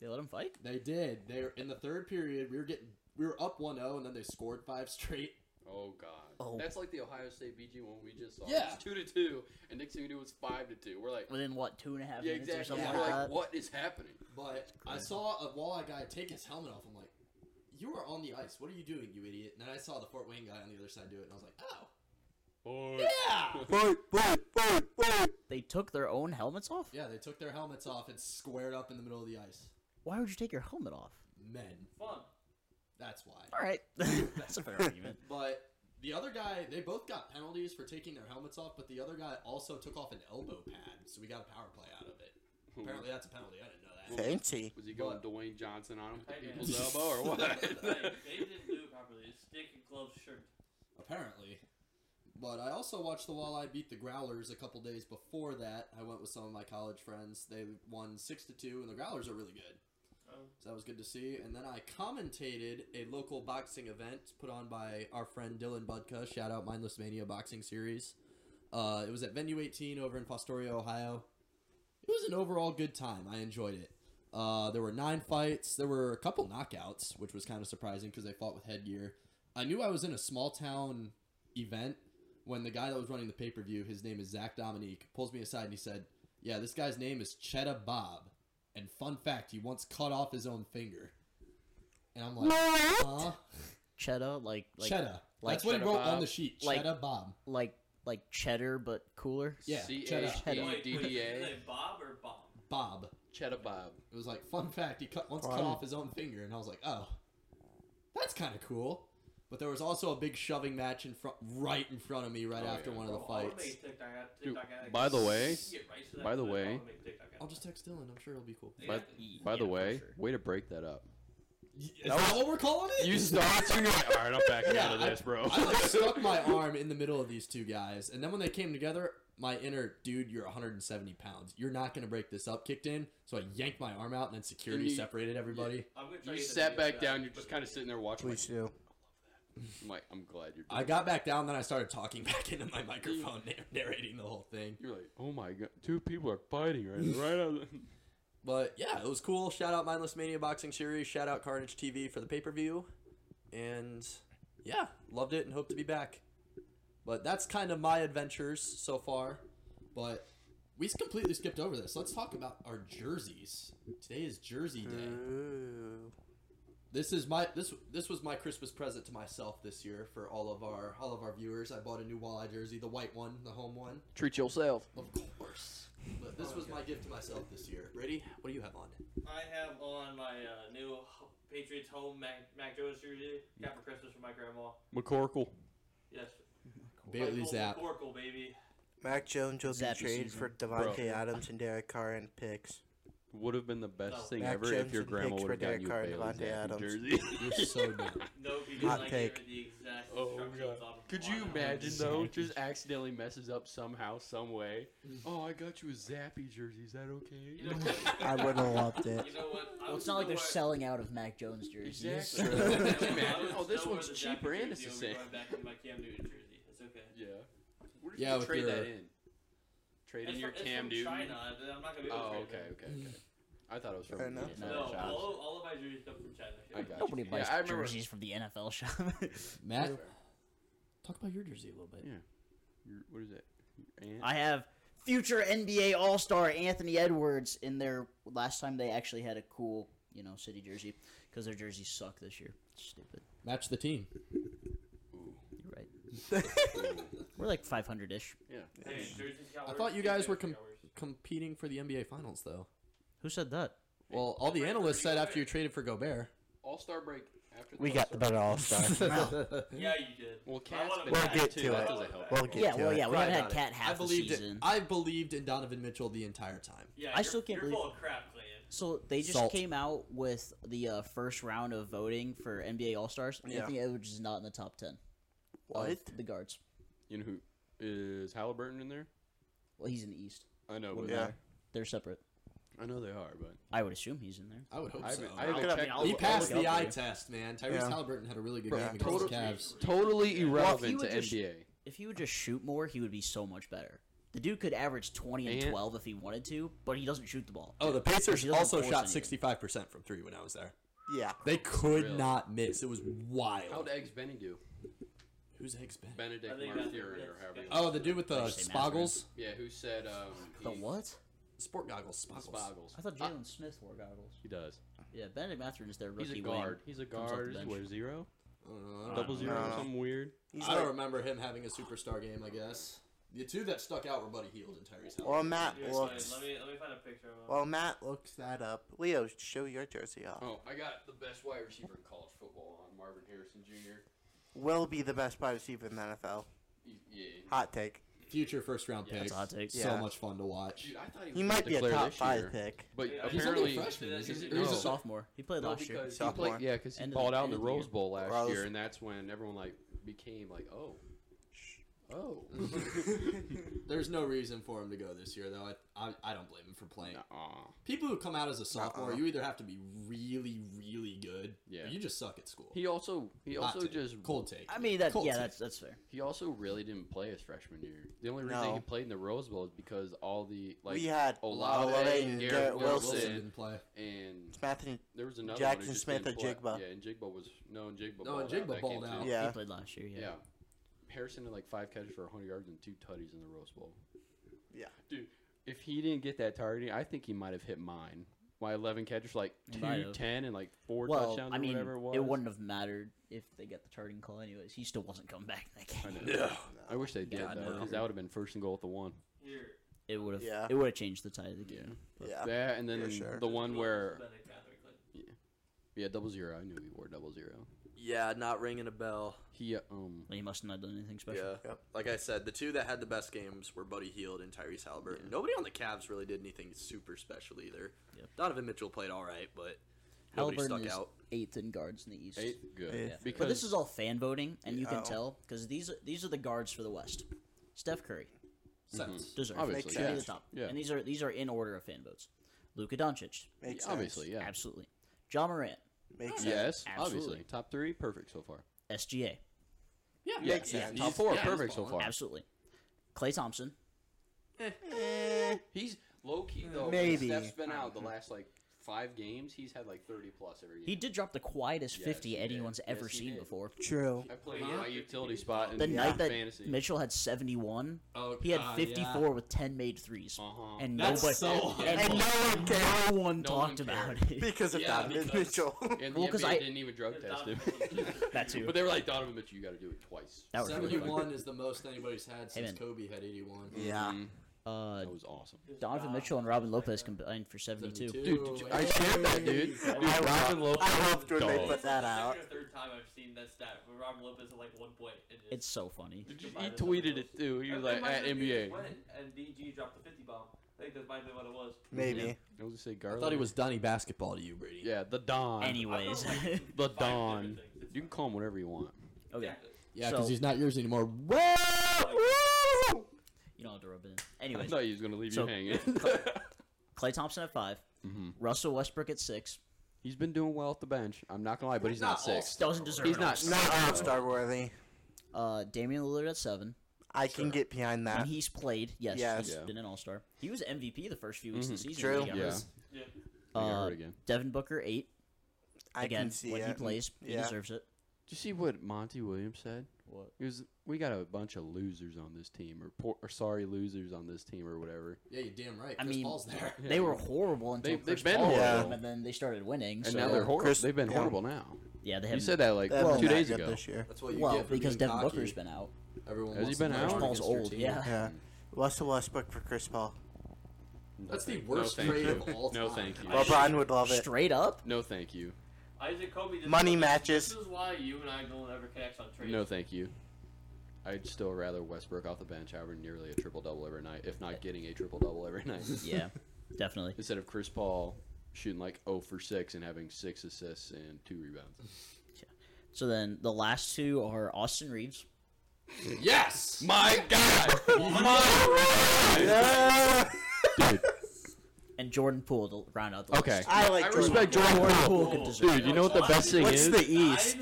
A: They let him fight.
C: They did. They were in the third period. We were getting we were up 1-0 and then they scored five straight.
E: Oh God.
B: Oh.
E: That's like the Ohio State BG one we just saw.
C: Yeah.
E: It's two to two, and next thing we do is five to two. We're like,
A: Within what two and a half
E: yeah,
A: minutes or
E: exactly.
A: something
E: We're
A: like
E: like,
A: that.
E: what is happening?
C: But I saw a Walleye guy take his helmet off. I'm like, "You are on the ice. What are you doing, you idiot?" And then I saw the Fort Wayne guy on the other side do it, and I was like, "Oh, yeah,
B: Boy, boy, boy, boy.
A: They took their own helmets off.
C: yeah." They took their helmets off and squared up in the middle of the ice.
A: Why would you take your helmet off?
C: Men,
D: Fun.
C: that's why.
A: All right, that's a fair argument.
C: But the other guy, they both got penalties for taking their helmets off, but the other guy also took off an elbow pad, so we got a power play out of it. Apparently, that's a penalty. I didn't know that.
B: Fancy.
E: Was he going Dwayne Johnson on him with
D: Hey,
E: the
D: man.
E: people's elbow or what?
D: Hey, they didn't do it properly. It's stick and glove shirt.
C: apparently. But I also watched the Walleye beat the Growlers a couple days before that. I went with some of my college friends. They won six to two, and the Growlers are really good,
D: Um,
C: so that was good to see. And then I commentated a local boxing event put on by our friend Dylan Budka. Shout out Mindless Mania Boxing Series. Uh, it was at Venue 18 over in Fostoria, Ohio. It was an overall good time. I enjoyed it. Uh, there were nine fights. There were a couple knockouts, which was kind of surprising because they fought with headgear. I knew I was in a small town event when the guy that was running the pay per view, his name is Zach Dominique, pulls me aside and he said, Yeah, this guy's name is Cheddar Bob. And fun fact, he once cut off his own finger. And I'm like, Huh?
A: Cheddar, like like
C: Cheddar.
A: like
C: That's what he
A: Cheddar
C: wrote on
A: Bob?
C: the sheet.
A: Like-
C: Cheddar Bob.
A: like like cheddar, but cooler.
C: Yeah,
E: C
C: cheddar.
E: H
A: Cheddar.
E: E
D: wait,
E: D
D: wait,
E: D
D: did you
E: A.
D: say Bob or Bob?
C: Bob.
E: Cheddar Bob.
C: It was like, fun fact, he cut, once cut
B: Wow.
C: off his own finger, and I was like, oh, that's kind of cool. But there was also a big shoving match in front, right in front of me, right
E: Oh,
C: after
E: yeah.
C: one of the
D: Bro, I'll make
C: fights.
D: TikTok ad-
E: Dude,
D: TikTok ad-
E: by the way-
D: Get right to that
E: by the
D: clip,
E: way-
D: I'll make TikTok ad.
C: I'll just text Dylan. I'm sure he'll be cool.
E: By- By the way, way to break that up.
C: Is
E: That
C: that,
E: was-
C: what we're calling it?
E: You stopped. You're like, all right, I'm backing
C: Yeah,
E: out of this, bro.
C: I like stuck my arm in the middle of these two guys, and then when they came together, my inner dude, you're 170 pounds. You're not gonna break this up. Kicked in, so I yanked my arm out, and then security
E: And you-
C: separated everybody.
D: I'm gonna try to get
E: you
D: the uh,
E: sat
D: video
E: back
D: for that.
E: down. You're just kind of sitting there watching. Like,
B: Please do.
E: I'm like, I'm glad you're.
C: I
E: doing
C: got back down, then I started talking back into my microphone, nar- narrating the whole thing.
E: it." You're like, oh my god, two people are fighting right now. Right out. of the-"
C: But yeah, it was cool. Shout out Mindless Mania Boxing Series. Shout out Carnage TV for the pay per view. And yeah, loved it and hope to be back. But that's kind of my adventures so far. But we s- completely skipped over this. Let's talk about our jerseys. Today is Jersey Day.
B: Hmm. Ooh.
C: This is my this this was my Christmas present to myself this year for all of our all of our viewers. I bought a new walleye jersey, the white one, the home one.
E: Treat yourself.
C: Of course. But this was my gift to myself this year. Brady, what do you have on?
D: I have on my uh, new h- Patriots home Mac, Mac Jones jersey. Got for Christmas from my grandma.
E: McCorkle.
D: Yes.
C: Bailey
D: Michael
C: Zapp.
D: Oracle, baby.
B: Mac Jones will
A: Zappy
B: be traded
A: season.
B: for Devontae Adams and Derek Carr and picks.
E: Would have been the best
D: No.
E: thing
B: Mac
E: ever if
B: Jones
E: your
B: and
E: grandma
B: picks
E: would
B: for
E: have
B: Derek
E: gotten you
B: Carr
E: a
B: and
E: Bailey
B: Devontae
E: Zappe
B: Adams.
E: jersey.
C: You're so dumb.
D: No, because
B: Hot
D: I
B: take.
D: gave her the exact
E: Oh,
D: instructions
E: God.
D: off of
E: Could you
D: Barnum.
E: imagine though? Just accidentally messes up somehow, some way. Oh, I got you a Zappy jersey. Is that
D: You know
E: okay?
D: what?
B: I would have loved it.
D: You know what? I
A: Well,
D: would
A: it's not like
D: know
A: they're
D: where-
A: selling out of Mac Jones jerseys.
E: Exactly.
D: I would
E: Could you imagine?
D: know
E: Oh, this
D: where
E: one's
D: the
E: cheaper
D: Zappy
E: and it's the
D: jersey will
E: same.
D: be Going back in my Cam Newton jersey. It's okay.
E: Yeah. Where did
C: Yeah,
E: you
C: with
E: trade
C: your-
E: that in? Trade in
D: It's
E: your
D: from- it's
E: Cam
D: from
E: Newton.
D: China. I'm not gonna be able to
E: Oh,
D: trade
E: okay,
D: it.
E: okay, okay. I thought it was from
B: Fair
E: the
B: enough.
E: NFL
D: No,
E: shops.
D: all, all of my jerseys come from China.
E: I got
A: Nobody
E: you.
A: buys
E: yeah, I remember
A: jerseys from the NFL shop.
C: Matt,
E: Fair.
C: talk about your jersey a little bit.
E: Yeah. Your- What is it? Your aunt?
A: I have future NBA All Star Anthony Edwards in their last time they actually had a cool, you know, city jersey because their jerseys suck this year. Stupid.
C: Match the team.
E: Ooh.
A: You're right. We're like 500 ish.
D: Hey, jerseys got
C: I
D: worse,
C: thought you
D: team
C: guys were
D: jerseys
C: com-
D: got worse.
C: competing for the NBA Finals, though.
A: Who said that?
C: Well, all the analysts said after you traded for Gobert.
E: All Star break after
B: We
E: the
B: got the better all star.
D: Yeah, you did.
E: Well,
D: I
E: Cat's
D: wanna
E: been
D: be
B: We'll
E: back,
B: get
E: too.
B: to
E: that
B: it.
E: doesn't help.
B: We'll get
A: yeah,
B: to
A: well,
B: it.
A: yeah, we
C: Right
A: haven't had
C: on it.
A: Cat half
C: I believed
A: the
C: it.
A: season.
C: I believed in Donovan Mitchell the entire time.
D: Yeah,
A: I
D: you're-
A: still can't
D: you're
A: believe-
D: full of crap, Clan.
A: So they just
C: Salt.
A: came out with the uh, first round of voting for NBA All Stars.
B: Yeah.
A: Anthony Edwards is not in the top 10. of
B: What?
A: The guards.
E: You know who is Halliburton in there?
A: Well, he's in the East.
E: I know,
A: What
E: but
A: do
B: Yeah.
A: they- They're separate.
E: I know they are, but
A: I would assume he's in there.
C: I would hope
E: I
C: so.
E: haven't, I
A: I'll-
E: haven't
A: I mean,
E: checked.
A: I'll-
C: he
A: I'll
C: passed
A: look
C: the
A: up
C: eye
A: for you.
C: test, man. Tyrese
B: Yeah.
C: Halliburton had a really good
B: Bro,
C: game against the
E: totally-
C: Cavs.
E: Totally irrelevant
A: would
E: to
A: just-
E: NBA.
A: If he would just shoot more, he would be so much better. The dude could average 20 and
E: And-
A: 12 if he wanted to, but he doesn't shoot the ball.
C: Oh, the
A: He
C: Pacers
A: doesn't
C: also
A: force
C: shot
A: anything.
C: 65% from three when I was there.
B: Yeah.
C: They could
E: Really?
C: not miss. It was
E: How'd
C: wild.
E: Eggs Benny do?
C: Who's Higgs been?
E: Benedict
D: I think
E: Martyr
D: that's-
E: or
D: that's-
E: however. you-
C: Oh, the dude with
A: Did
C: the
A: you say Nazareth?
C: spoggles,
E: Yeah, who said um?
A: The
E: he-
A: what?
C: sport goggles, spoggles.
E: Spoggles.
A: I thought
E: Ah,
A: Jalen Smith wore goggles.
E: he does.
A: Yeah, Benedict Mathurin is their rookie
E: He's a guard. He's a
A: off the
E: guard. He's
A: bench.
E: wear zero,
C: I don't know, I don't
E: double
C: know.
E: zero, or
B: No.
E: something weird.
B: He's
C: I don't
B: like,
C: remember him having a superstar game. I guess the two that stuck out were Buddy Heald and Tyrese Halliburton.
B: well, Matt
D: You're fine.
B: looks.
D: Let me let me find a picture of him.
B: Well, Matt looks that up. Leo, show your jersey off.
E: Oh, I got the best wide receiver in college football on Marvin Harrison Jr.
B: Will be the best wide receiver in the NFL.
E: He- yeah,
B: Hot take.
C: Future first round
E: Yeah,
C: pick.
A: That's a hot take.
C: So
B: Yeah.
C: much fun to watch.
E: dude, I thought he,
B: He
E: was
B: might be a
E: declared
B: top
E: this
B: five
E: year,
B: pick.
E: but
D: Yeah, he's
C: only
E: apparently
C: freshman.
D: That's
E: he's,
D: usually-
E: no,
A: He's a
C: No.
A: sophomore. He played
E: no,
A: last year.
E: because he played,
B: Sophomore.
E: yeah, because he
A: End of
E: balled
A: the-
E: out in
A: end
E: the
A: of the year.
E: Rose Bowl last
B: Rose-
E: year, and that's when everyone like became like, oh, oh.
C: There's no reason for him to go this year, though. I I, I don't blame him for playing.
E: Nuh-uh.
C: People who come out as a sophomore,
B: Nuh-uh.
C: you either have to be really, really good,
E: Yeah.
C: or you just suck at school.
E: He also he
C: Hot
E: also
C: take.
E: just
C: cold take.
A: I mean, that
C: Cold
A: yeah,
C: take.
A: that's that's fair.
E: he also really didn't play his freshman year. The only reason
B: No.
E: he played in the Rose Bowl is because all the like
B: we had
E: Olave,
B: Olave
E: and
B: and
E: Garrett
B: Garrett
E: Wilson.
B: Wilson.
C: didn't play.
E: and
B: Matthew,
E: there was another
B: Jackson
E: one who just
B: Smith
E: didn't
B: or
E: play.
B: Jigba?
E: Yeah, and Jigba was no, and Jigba.
C: No, and
E: balled out
C: Jigba
E: that
C: balled
E: game,
C: out.
E: too.
A: He
B: Yeah.
A: played last year.
E: Yeah.
A: Yeah.
E: Harrison had like five catches for 100 yards and two tutties in the Rose Bowl.
B: Yeah.
E: Dude, if he didn't get that targeting, I think he might have hit mine. My 11 catches for like
A: He might have.
E: 210 and like four
A: Well,
E: touchdowns
A: I
E: or
A: mean,
E: whatever it was.
A: it wouldn't have mattered if they got the targeting call anyways. He still wasn't coming back in that
E: I,
A: game.
E: know. I wish they did,
A: God,
E: though,
A: no.
E: because that would have been first and goal at the one.
D: Here.
A: It would have.
B: Yeah.
A: It would have changed the tide of the game.
B: yeah.
E: That and then
B: Yeah, sure.
E: the one
D: This
E: where,
D: is Benedict Mathurin Clinton.
E: yeah, double zero. I knew he wore double zero.
F: Yeah, not ringing a bell.
E: He uh, um.
A: Well, you must not have done anything special.
F: Yeah.
B: Yep.
F: Like I said, the two that had the best games were Buddy Heald and Tyrese Halliburton. Nobody on the Cavs really did anything super special either.
A: Yep.
F: Donovan Mitchell played all right, but nobody
A: Halliburton
F: stuck
A: is
F: out.
A: eighth in guards in the East.
E: Eighth, good.
B: Eighth. Yeah.
E: Because
A: But this is all fan voting, and you can
B: Oh.
A: tell because these these are the guards for the West. Steph Curry Mm-hmm.
C: Sense.
A: deserves
E: Obviously,
A: should be
E: yeah.
A: the top,
E: Yeah.
A: and these are these are in order of fan votes. Luka Doncic,
B: Makes sense.
E: obviously, yeah,
A: absolutely. John Morant,
B: Makes sense.
E: yes,
A: Absolutely.
E: obviously, top three, perfect so far.
A: SGA,
C: Yeah,
E: Yeah,
C: makes sense.
E: top four,
C: Yeah, he's
E: perfect so
C: balling.
E: far.
A: absolutely. Clay Thompson,
E: He's low key though.
B: Maybe.
E: Maybe Steph's been out the last like five games. He's had like thirty plus every game.
A: he did drop the quietest
E: Yes,
A: fifty
E: he did.
A: anyone's
E: Yes,
A: ever
E: he
A: seen
E: did.
A: before.
B: True.
E: I played
C: Wait,
E: my
C: yeah.
E: utility spot in
A: The night that
E: fantasy.
A: Mitchell had seventy one,
C: Oh,
A: he had
C: God, yeah.
A: fifty four with ten made threes,
E: Uh-huh.
A: and
C: That's
A: nobody,
C: so
A: and no one, no one
E: No
A: talked
E: one
A: about
E: cared.
A: it.
B: Because of
C: Yeah,
B: Donovan
C: because-
B: Mitchell.
E: and
A: Well,
E: the
A: 'cause
E: NBA
A: I-
E: didn't even drug test him.
A: That too.
E: but they were like, Donovan Mitchell, you got to do it twice.
A: That was really funny.
C: 71 is the most anybody's had since
A: man.
C: Kobe had 81.
B: yeah.
E: Mhm.
A: Uh,
E: that was awesome.
A: Donovan Mitchell and Robin Lopez combined for 72.
E: Dude, did you- I shared that, dude.
B: I
E: Dude, Robin
B: love-
E: Lopez
B: I loved when they
E: dog.
B: put that out.
D: Second or third time I've seen that stat where Robert Lopez had like one point. And just
A: It's so funny.
E: Did you, he
D: combined
E: tweeted
D: those.
E: it too. He was
D: It
E: like
D: might
E: at
D: have been
E: NBA.
D: when and DG dropped the 50 bomb. I think that's might have been what it was.
B: Maybe.
E: I was gonna say
F: I
E: Garland.
F: thought he was Donny basketball to you, Brady.
E: Yeah, the Don.
A: Anyways.
D: I know, like,
E: The
D: five different
E: Don.
D: things. It's
E: You can
D: fine.
E: call him whatever you want.
A: okay.
D: Exactly.
G: Yeah,
A: So-
G: because he's not yours anymore. Woo!
A: You don't have to rub it in.
E: I
A: Anyways,
E: thought he was gonna leave
A: So-
E: you hanging.
A: Clay Thompson at five.
D: Mm-hmm.
E: Mhm.
A: Russell Westbrook at six.
E: He's been doing well off the bench. I'm not gonna lie, but he's not,
C: Not all-
E: six.
A: Doesn't deserve
E: He's
A: it.
E: not-
B: Not all star worthy.
A: Uh, Damian Lillard at seven.
B: I can get behind
A: And
B: that.
A: he's played. Yes,
B: Yes.
A: he's
E: Yeah.
A: been an All Star. He was MVP the first few weeks of the season.
B: True.
A: when he got
E: Yeah.
A: hurt.
D: Yeah.
E: I think I
A: Uh,
E: heard again.
A: Devin Booker eight.
B: I
A: Again,
B: can see
A: when he
B: it.
A: plays, he
B: Yeah.
A: deserves it.
E: Did you see what Monty Williams said?
A: What?
E: It was we got a bunch of losers on this team, or, poor, or sorry losers on this team, or whatever.
C: Yeah, you're damn right.
A: I
C: Chris
A: mean,
C: Paul's there.
A: They were horrible until
E: They- they've
A: Chris
E: been
A: Paul
B: horrible.
A: came, and then they started winning.
E: And
A: So
E: now they're horrible.
B: Chris-
E: They've been
B: yeah.
E: horrible now.
A: yeah, they
E: You
A: haven't.
E: said that like
B: That was
E: two
B: not
E: days
B: good
E: ago.
B: This year.
C: That's what you
A: well,
C: get for
A: because
C: being
A: Devin
C: cocky.
A: Booker's been out.
C: Everyone
E: Has he
C: wants
E: been
C: to
E: out?
A: Chris
C: run
A: Paul's
C: against your
A: old.
C: team.
A: Yeah.
B: Yeah. Russell Westbrook for Chris Paul.
C: That's the
E: thank-
C: worst
E: no, thank
C: trade
E: you.
C: of all
E: No,
C: time.
E: thank you.
D: I-
B: LeBron would love it.
A: Straight up.
E: No, thank you.
D: Isaac Kobe. This
B: Money
D: this-
B: matches.
D: This is why you and I don't ever connect on trades.
E: No, thank you. I'd still rather Westbrook off the bench having nearly a triple double every night, if not getting a triple double every night,
A: Yeah, definitely.
E: instead of Chris Paul shooting like 0 for 6 and having six assists and two rebounds.
A: So then the last two are Austin Reeves.
C: Yes!
E: My God,
B: Yeah.
A: and Jordan Poole to round out the
E: Okay.
A: list.
B: I like
E: I
B: Jordan.
E: respect
B: Poole.
E: Jordan Poole.
A: could deserve
E: Dude, you know what the best thing
B: What's
E: is?
B: the East?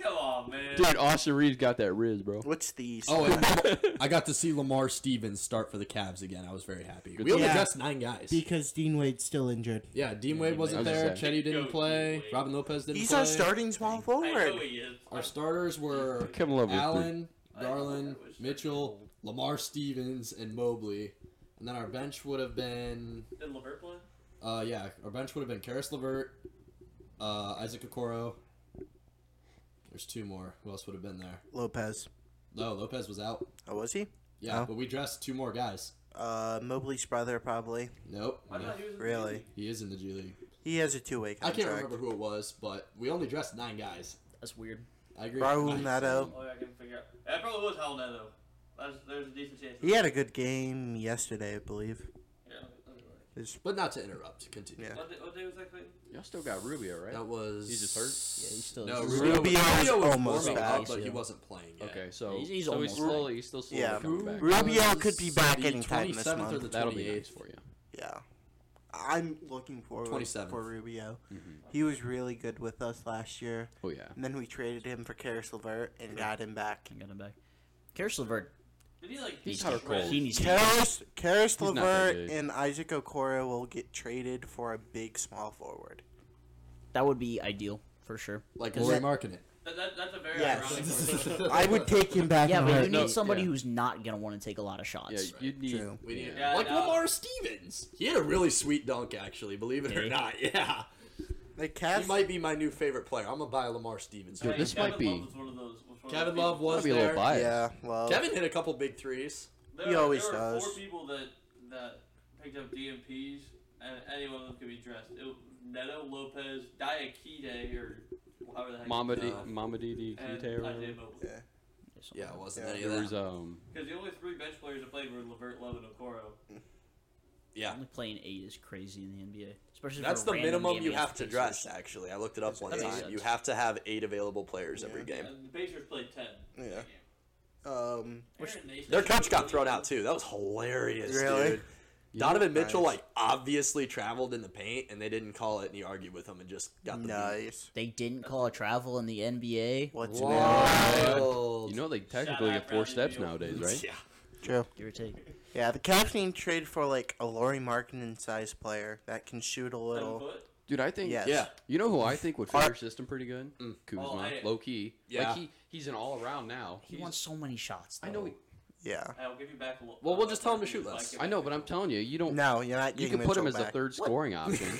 D: Come on, man.
E: Dude, Austin Reeves got that Riz, bro.
B: What's the East?
G: Oh, and I got to see Lamar Stevens start for the Cavs again. I was very happy.
E: Good
G: we only
B: stuff.
G: addressed nine guys.
B: because Dean Wade's still injured.
G: yeah, Dean Wade wasn't
E: Wade.
G: there.
E: Okay.
G: Chetty
D: Go
G: didn't
D: Dean
G: play.
D: Wade.
G: Robin Lopez didn't
B: He's
G: play.
B: our starting small
D: I know
B: forward.
D: he is.
G: Our starters were
E: Come love with three.
G: Allen,
D: I-
G: Garland,
D: I wish I
G: Mitchell, Lamar Stevens, and Mobley. And then our bench would have been,
D: Did Levert play?
G: uh, yeah, our bench would have been Karis Levert, uh, Isaac Okoro. There's two more. Who else would have been there?
B: Lopez.
G: No, Lopez was out.
B: Oh, was he?
G: Yeah,
B: Oh.
G: but we dressed two more guys.
B: Uh, Mobley's brother probably.
G: Nope.
D: I thought he was in the
B: Really?
D: league.
G: He is in the G League.
B: He has a two-way
G: I
B: contract.
G: can't remember who it was, but we only dressed nine guys.
A: That's weird.
G: I agree.
B: Raul
G: Nice.
B: Neto.
D: Oh, yeah, I can figure out. That probably was Hal Neto. That's, there's a decent chance.
B: He had a good game yesterday, I believe.
D: Yeah.
B: His-
G: But not to interrupt. Continue.
B: Yeah.
D: What day, what day was that, Clayton?
E: Y'all still got Rubio, right?
C: Oh,
G: That was.
E: He's just hurt?
A: Yeah, he's still-
G: No,
A: Rubio
G: Rubio,
B: was
G: was
B: almost
G: warming
A: back.
G: up, but he wasn't playing yet.
E: Okay, so
A: He's- he's
E: so he's
A: almost
E: slowly, he's still slowly
B: Yeah.
E: coming back.
G: Who
B: Rubio
G: was
B: could be back
G: the
B: anytime this
G: 27th Or
B: month.
G: the
E: That'll be nice
G: 28th.
E: for you.
B: Yeah. I'm looking forward
G: 27th.
B: for Rubio.
E: Mm-hmm.
B: He was really good with us last year.
E: Oh yeah.
B: And then we traded him for Karis LeVert and got him back.
A: I got him back. Karis LeVert
D: Did he like?
A: needs
E: He's hot or
A: to
E: cold.
A: He needs to
B: Karis, Karis
E: not that
B: LeVert
E: big.
B: and Isaac Okoro will get traded for a big small forward.
A: That would be ideal for sure.
G: Like
B: Is
G: Lori
B: that-
G: Marketing.
D: That, that, that's a very
B: Yes.
D: ironic.
B: I would take him back.
A: Yeah,
B: in a
A: but you
B: heartbeat.
A: need
E: no,
A: somebody
E: yeah.
A: who's not gonna want to take a lot of shots.
E: Yeah, you need.
B: True.
C: We need
D: Yeah,
G: like
D: no.
G: Lamar Stevens. He had a really sweet dunk, actually. Believe it or not, yeah.
B: The
G: He
B: Cavs.
G: might be my new favorite player. I'm gonna buy Lamar Stevens.
E: Dude,
D: Like,
E: this
D: Kevin
E: might be-
D: Love was one of those- was one of
G: Kevin
D: those people-
G: Love was
E: Might be a little
G: there.
E: biased.
B: yeah, well,
G: Kevin hit a couple big threes.
D: There
B: He
D: were-
B: always
D: there were
B: does.
D: Four people that that picked up DMPs and anyone of them could be dressed. It, Neto Lopez, Diakite, or however the heck.
E: Mama D,
F: No.
E: Mama D, D,
D: and
E: Kite, or
D: Isaiah
E: whatever.
D: Mobley.
B: Yeah.
A: or something.
F: Yeah, it wasn't
B: Yeah.
F: any of
E: There was
F: that.
E: um.
D: Because the only three bench players that played were Levert, Love, and Okoro.
F: Yeah,
A: Only playing eight is crazy in the NBA. Especially
F: that's
A: for
F: the
A: a random
F: minimum
A: game
F: you
A: against
F: have to
A: the Pacers.
F: dress. Actually, I looked it up
B: That's
F: one
A: what I
F: time.
A: said.
F: You have to have eight available players every
B: Yeah.
F: game.
D: And the Pacers played ten.
B: Yeah. Um.
A: Which-
D: Aaron Nation-
F: Their coach got thrown out too. That was hilarious,
B: Really?
F: dude.
E: You know-
F: Donovan Mitchell
B: Nice.
F: like obviously traveled in the paint, and they didn't call it, and he argued with him and just got the beat.
B: Nice.
A: They didn't call a travel in the NBA.
B: What's
E: Whoa.
B: new?
F: Wild.
E: You know they technically
D: out
E: get four
D: Bradley
E: steps
D: Beal.
E: nowadays, right?
F: Yeah.
B: True.
A: Give or take.
B: Yeah, the Cavs need to trade for like a Laurie Markkinen sized player that can shoot a
D: Seven
B: little.
D: foot?
E: Dude, I think
B: Yes.
F: Yeah.
E: You know who I think would fit
B: Ar-
E: our system pretty good?
F: Mm.
E: Kuzma,
D: Oh, I-
E: low key.
F: Yeah.
E: Like he, he's an all around now.
A: He
E: He's-
A: wants so many shots. Though.
E: I know. He,
B: Yeah.
D: I'll give you back a little.
F: Well, we'll just tell him to
D: If
F: shoot
D: I
F: less.
D: give
E: I know,
D: back
E: but I'm telling you, you don't.
B: No, you're not.
E: you
B: getting
E: can put him as
B: Mitchell
E: a
B: back.
E: third scoring option.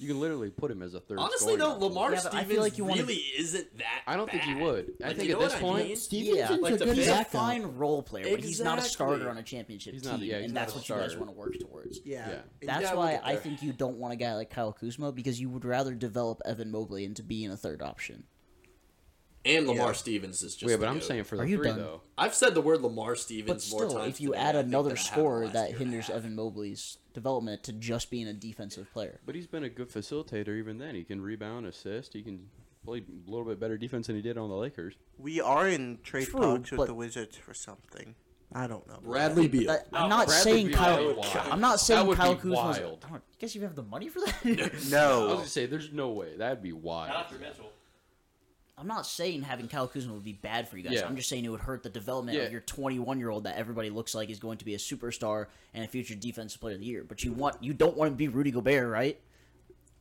E: you can literally put him as a third.
F: Honestly,
E: scoring
F: though,
E: option.
F: Lamar
A: Yeah, but I feel
F: Stevens
A: like you wanna-
F: really isn't that.
E: I don't think he
F: bad.
E: would. I
F: Like,
E: think
F: you
E: at
F: know
E: this
F: what I
E: point,
F: mean?
A: Steve yeah,
F: Like, the
A: he's a
F: backup.
A: fine role player, but he's not a starter
F: Exactly.
A: on a championship
E: He's
A: team,
E: not- yeah, he's
A: and
E: not
A: that's
E: a
A: what you guys
E: starter.
A: want to work towards.
B: Yeah.
E: Yeah.
A: That's
F: Yeah, we'll
A: why
F: get
A: I
F: there.
A: think you don't want a guy like Kyle Kuzma because you would rather develop Evan Mobley into being a third option.
F: And Lamar
B: Yeah.
F: Stevens is just.
E: Wait, but
F: the
E: I'm
F: goat.
E: saying for
A: Are
E: the
A: you
E: three
A: done?
E: though.
F: I've said the word Lamar
A: But
F: Stevens more
A: still,
F: times.
A: if you
F: than I
A: add
F: think
A: another
F: that I have
A: scorer
F: in the last
A: that
F: year and a
A: hinders
F: half.
A: Evan Mobley's development to just being a defensive player.
E: But he's been a good facilitator even then. He can rebound, assist. He can play a little bit better defense than he did on the Lakers.
B: We are in trade
A: True,
B: talks with
A: but-
B: the Wizards for something. I don't know.
F: Bradley Beal.
A: That- I'm
D: Oh,
A: not
E: Bradley
A: saying
E: Beal, that
A: Kyle.
E: would be wild.
A: I'm not saying
E: would
A: Kyle
E: be
A: Kuzma's.
E: wild.
A: I don't you guys even have the money for that.
E: I was
B: No.
E: gonna say, there's no way that'd be wild.
D: Not for Mitchell.
A: I'm not saying having Kyle Kuzma would be bad for you guys.
E: Yeah.
A: I'm just saying it would hurt the development
E: Yeah.
A: of your 21 year old that everybody looks like is going to be a superstar and a future defensive player of the year. But you want you don't want him to be Rudy Gobert, right?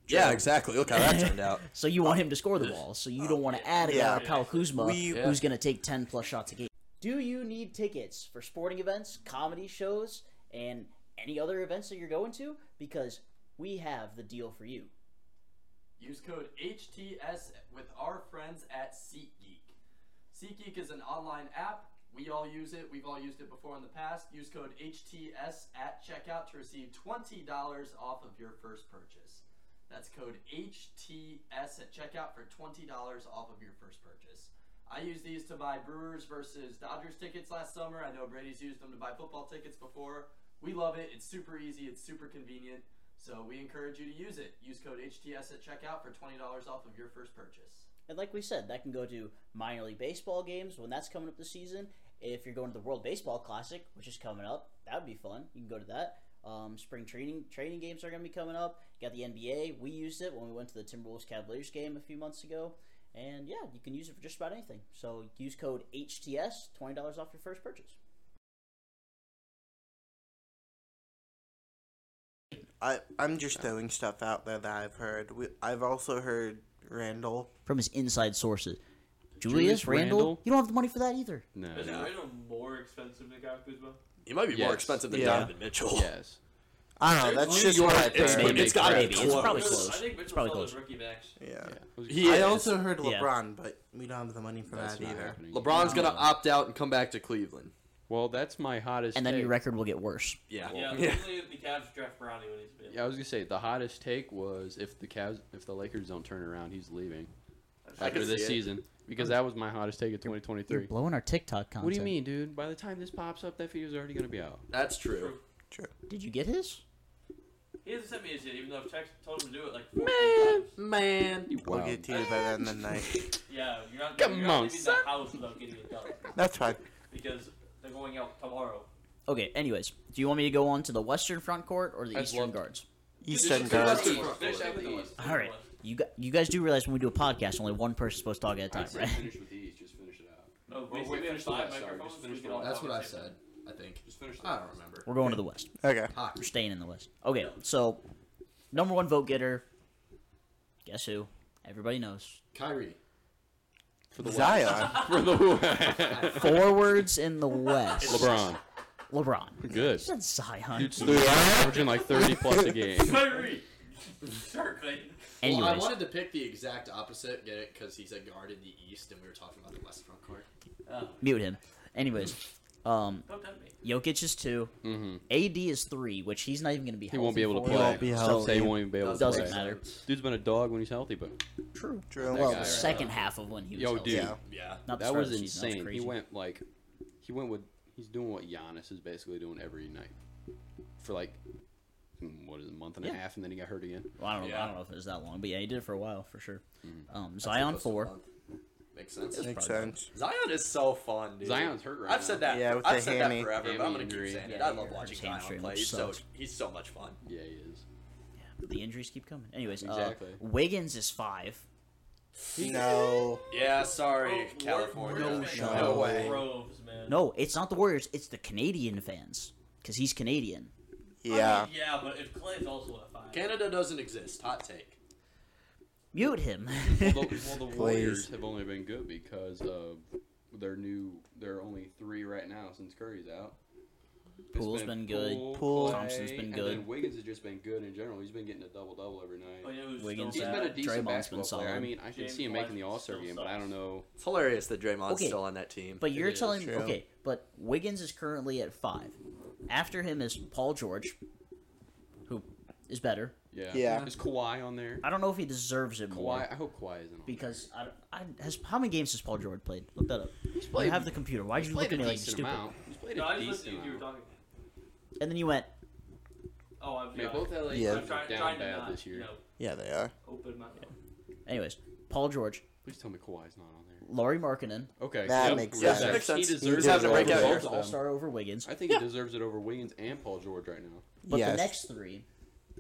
F: yeah, exactly. Look how that turned out.
A: So you want him to score the ball. So you don't want to add a guy
B: yeah.
A: like Kyle Kuzma
B: We-
A: who's going to take 10 plus shots a game. Do you need tickets for sporting events, comedy shows, and any other events that you're going to? Because we have the deal for you.
C: Use code HTS with our friends at SeatGeek. SeatGeek is an online app. We all use it. We've all used it before in the past. Use code HTS at checkout to receive $20 off of your first purchase. That's code HTS at checkout for $20 off of your first purchase. I used these to buy Brewers versus Dodgers tickets last summer. I know Brady's used them to buy football tickets before. We love it. It's super easy, it's super convenient. So we encourage you to use it. Use code HTS at checkout for $20 off of your first purchase.
A: And like we said, that can go to minor league baseball games when that's coming up this season. If you're going to the World Baseball Classic, which is coming up, that would be fun. You can go to that. Um, spring training training games are going to be coming up. You got the NBA. We used it when we went to the Timberwolves Cavaliers game a few months ago. And yeah, you can use it for just about anything. So use code HTS, $20 off your first purchase.
B: I I'm just throwing stuff out there that I've heard. We, I've also heard Randall.
A: From his inside sources. Julius,
E: Julius
A: Randall,
E: Randall?
A: you don't have the money for that either.
E: No.
D: Is it Randall more expensive than Kyle Kuzma?
F: He might be more
E: Yes.
F: expensive than
B: Yeah.
F: Donovan Mitchell.
E: Yes.
B: I don't know. That's just what I've
F: It's,
B: heard.
A: Maybe.
F: it's got to be
A: Maybe. It's
F: close.
A: probably
D: Because
A: close.
D: I think
A: It's
D: Mitchell
A: probably
D: sold his
A: close.
D: rookie max.
B: Yeah.
E: Yeah. I was-
F: He
B: I
F: is.
B: also heard
A: Yeah.
B: LeBron, but we don't have the money for
E: That's
B: that
E: not
B: either.
E: happening.
F: LeBron's gonna opt out and come back to Cleveland.
E: Well, that's my hottest.
A: And then
E: take.
A: your record will get worse.
F: Yeah.
D: Yeah, usually the Cavs draft Brownie when he's been.
E: Yeah, I was gonna say the hottest take was if the Cavs, if the Lakers don't turn around, he's leaving
F: I
E: after
F: could
E: this
F: see it.
E: season because that was my hottest take of
A: You're
E: 2023.
A: blowing our TikTok content.
E: What do you mean, dude? By the time this pops up, that video's already gonna be out.
F: That's true.
A: Did you get his?
D: He hasn't sent me his shit, even though I've text, told him to do it like 14 times.
F: Man.
E: You
B: We'll
E: wild.
B: get to you by the end of the night.
D: Yeah, you're not,
E: Come
D: you're not
E: on,
D: leaving
E: son.
D: the house without getting it done
B: That's fine.
D: because they're going out tomorrow.
A: Okay, anyways, do you want me to go on to the western front court or the
E: I'd
A: eastern
E: love to.
A: guards?
B: Eastern
F: Just- just-
B: guards.
F: just-
E: Let's finish out the East.
A: All
D: Oh,
A: right. You gu- you guys do realize when we do a podcast, only one person's supposed to talk at a time, right?
E: finish with the East. Just finish it out.
D: No,
E: wait,
D: basically we have
E: finish the
D: five
E: last, sorry,
D: microphones.
E: just
D: we
E: finish
D: can
E: the
D: all
E: last.
D: talk
E: That's
D: at the same time.
F: I think.
E: Just finish.
F: I don't remember.
A: We're going to the west.
B: Okay.
A: We're staying in the west. Okay, so number one vote getter. Guess who? Everybody knows.
G: Kyrie.
E: For
B: Zion.
E: For the West.
A: Forwards in the west.
E: LeBron.
A: LeBron.
E: Good.
A: He said Zion.
E: Dude's literally averaging like 30 plus a game.
D: Kyrie! Sure, Clayton.
A: Anyways,
E: Well,
C: I wanted to pick the exact opposite, get it, because he's a guard in the East, and we were talking about the West front court.
D: Uh,
A: mute him. Anyways, Um,
D: Don't tempt me.
A: Jokic is two.
E: Mm-hmm.
A: AD is three, which he's not even going to be.
E: He won't be able to
A: healthy
E: play.
A: for.
B: won't be
E: Some say
B: healthy.
E: he won't even be able to
A: Doesn't
E: play.
A: matter.
E: Dude's been a dog when he's healthy, but
A: True.
B: Drew.
A: Well,
E: guy
A: the
E: right
A: second half of when he was.
E: yo,
A: healthy.
E: dude,
B: Yeah.
F: Yeah.
A: Not the
E: that
A: start
E: was
A: of the season, that
E: insane.
A: was
E: He
A: crazy.
E: went like, he went with, he's doing what Giannis is basically doing every night for like, mm, what is it, a month and
A: Yeah.
E: a half, and then he got hurt again.
A: Well, I don't know. I
F: Yeah.
A: don't know if it was that long, but yeah, he did it for a while for sure.
E: Mm-hmm.
A: Um,
F: That's
A: Zion
F: close to a
A: four.
F: month. Makes sense.
A: It's
B: Makes
A: probably-
B: sense.
F: Zion is so fun, dude.
E: Zion's hurt right
F: I've
E: now.
F: said that.
B: Yeah, with
F: I've
B: the
F: said
B: hammy.
F: that forever, but I'm
E: Hammy
F: gonna keep
E: injury.
F: saying it.
A: Yeah,
F: I love
A: his
F: watching Zion
A: hamstring,
F: play.
A: which
F: He's so
A: sucks.
F: he's so much fun.
E: Yeah, he is.
A: But the injuries keep coming. Anyways,
E: Exactly.
A: uh, Wiggins is five.
B: No.
F: Yeah, sorry,
D: Bro,
F: California.
D: Warriors
B: No
D: fans
B: shot.
D: are
B: way.
D: Groves, man.
A: No, it's not the Warriors. It's the Canadian fans because he's Canadian.
B: Yeah.
D: I mean, yeah, but if Clay's also at five.
F: Canada doesn't exist. Hot take.
A: Mute him.
E: well, the, well, the Warriors
B: Please.
E: have only been good because of their new. There are only three right now since Curry's out. It's
A: Poole's been good.
B: Poole.
A: Thompson's
E: Klay,
A: been
E: and
A: good.
E: then Wiggins has just been good in general. He's been getting a double double every
D: Oh,
E: night.
D: yeah, who's
A: Wiggins
E: He's
D: still
A: out.
E: been a
D: bad.
E: decent
A: Draymond's been
E: basketball player. I
A: solid.
E: mean, I can
D: James
E: see him making the
D: Wiseman
E: All Star
D: still
E: game, but I
D: sucks.
E: don't know.
F: It's hilarious that Draymond's
A: Okay.
F: still on that team.
A: But you're
E: is
A: telling me
B: true.
A: okay, but Wiggins is currently at five. After him is Paul George, who is better.
E: Yeah.
B: Yeah.
E: Is Kawhi on there?
A: I don't know if he deserves it more
E: Kawhi. I hope Kawhi isn't on
A: because I, don't- I has how many games has Paul George played? Look that up.
E: there. He's
A: I
E: played,
A: have the computer. Why did
E: he's
A: you look at
E: played a
A: me like
E: decent
A: stupid?
E: amount. He's played
D: No,
E: a
D: I just listened
E: decent
D: to you. You were
E: amount.
D: talking.
A: And then you went,
D: Oh, I'm
E: I mean, both LA
B: Yeah.
E: teams
D: I'm trying,
E: are
D: trying
E: down
D: to
E: bad
D: not,
E: this year.
D: You know,
B: Yeah, they are.
D: open my
A: anyways. Paul George,
E: Please tell me Kawhi's not on there.
A: Laurie Markkinen,
E: Okay.
B: That
E: yep,
B: makes
E: yes,
B: sense.
F: Makes
E: He
F: sense. He
E: deserves
B: deserves
E: it
B: it.
E: over
B: Yeah.
E: both of them.
A: All Star over Wiggins.
E: I think he deserves it over Wiggins and Paul George right now.
A: But
B: yes.
A: the next three,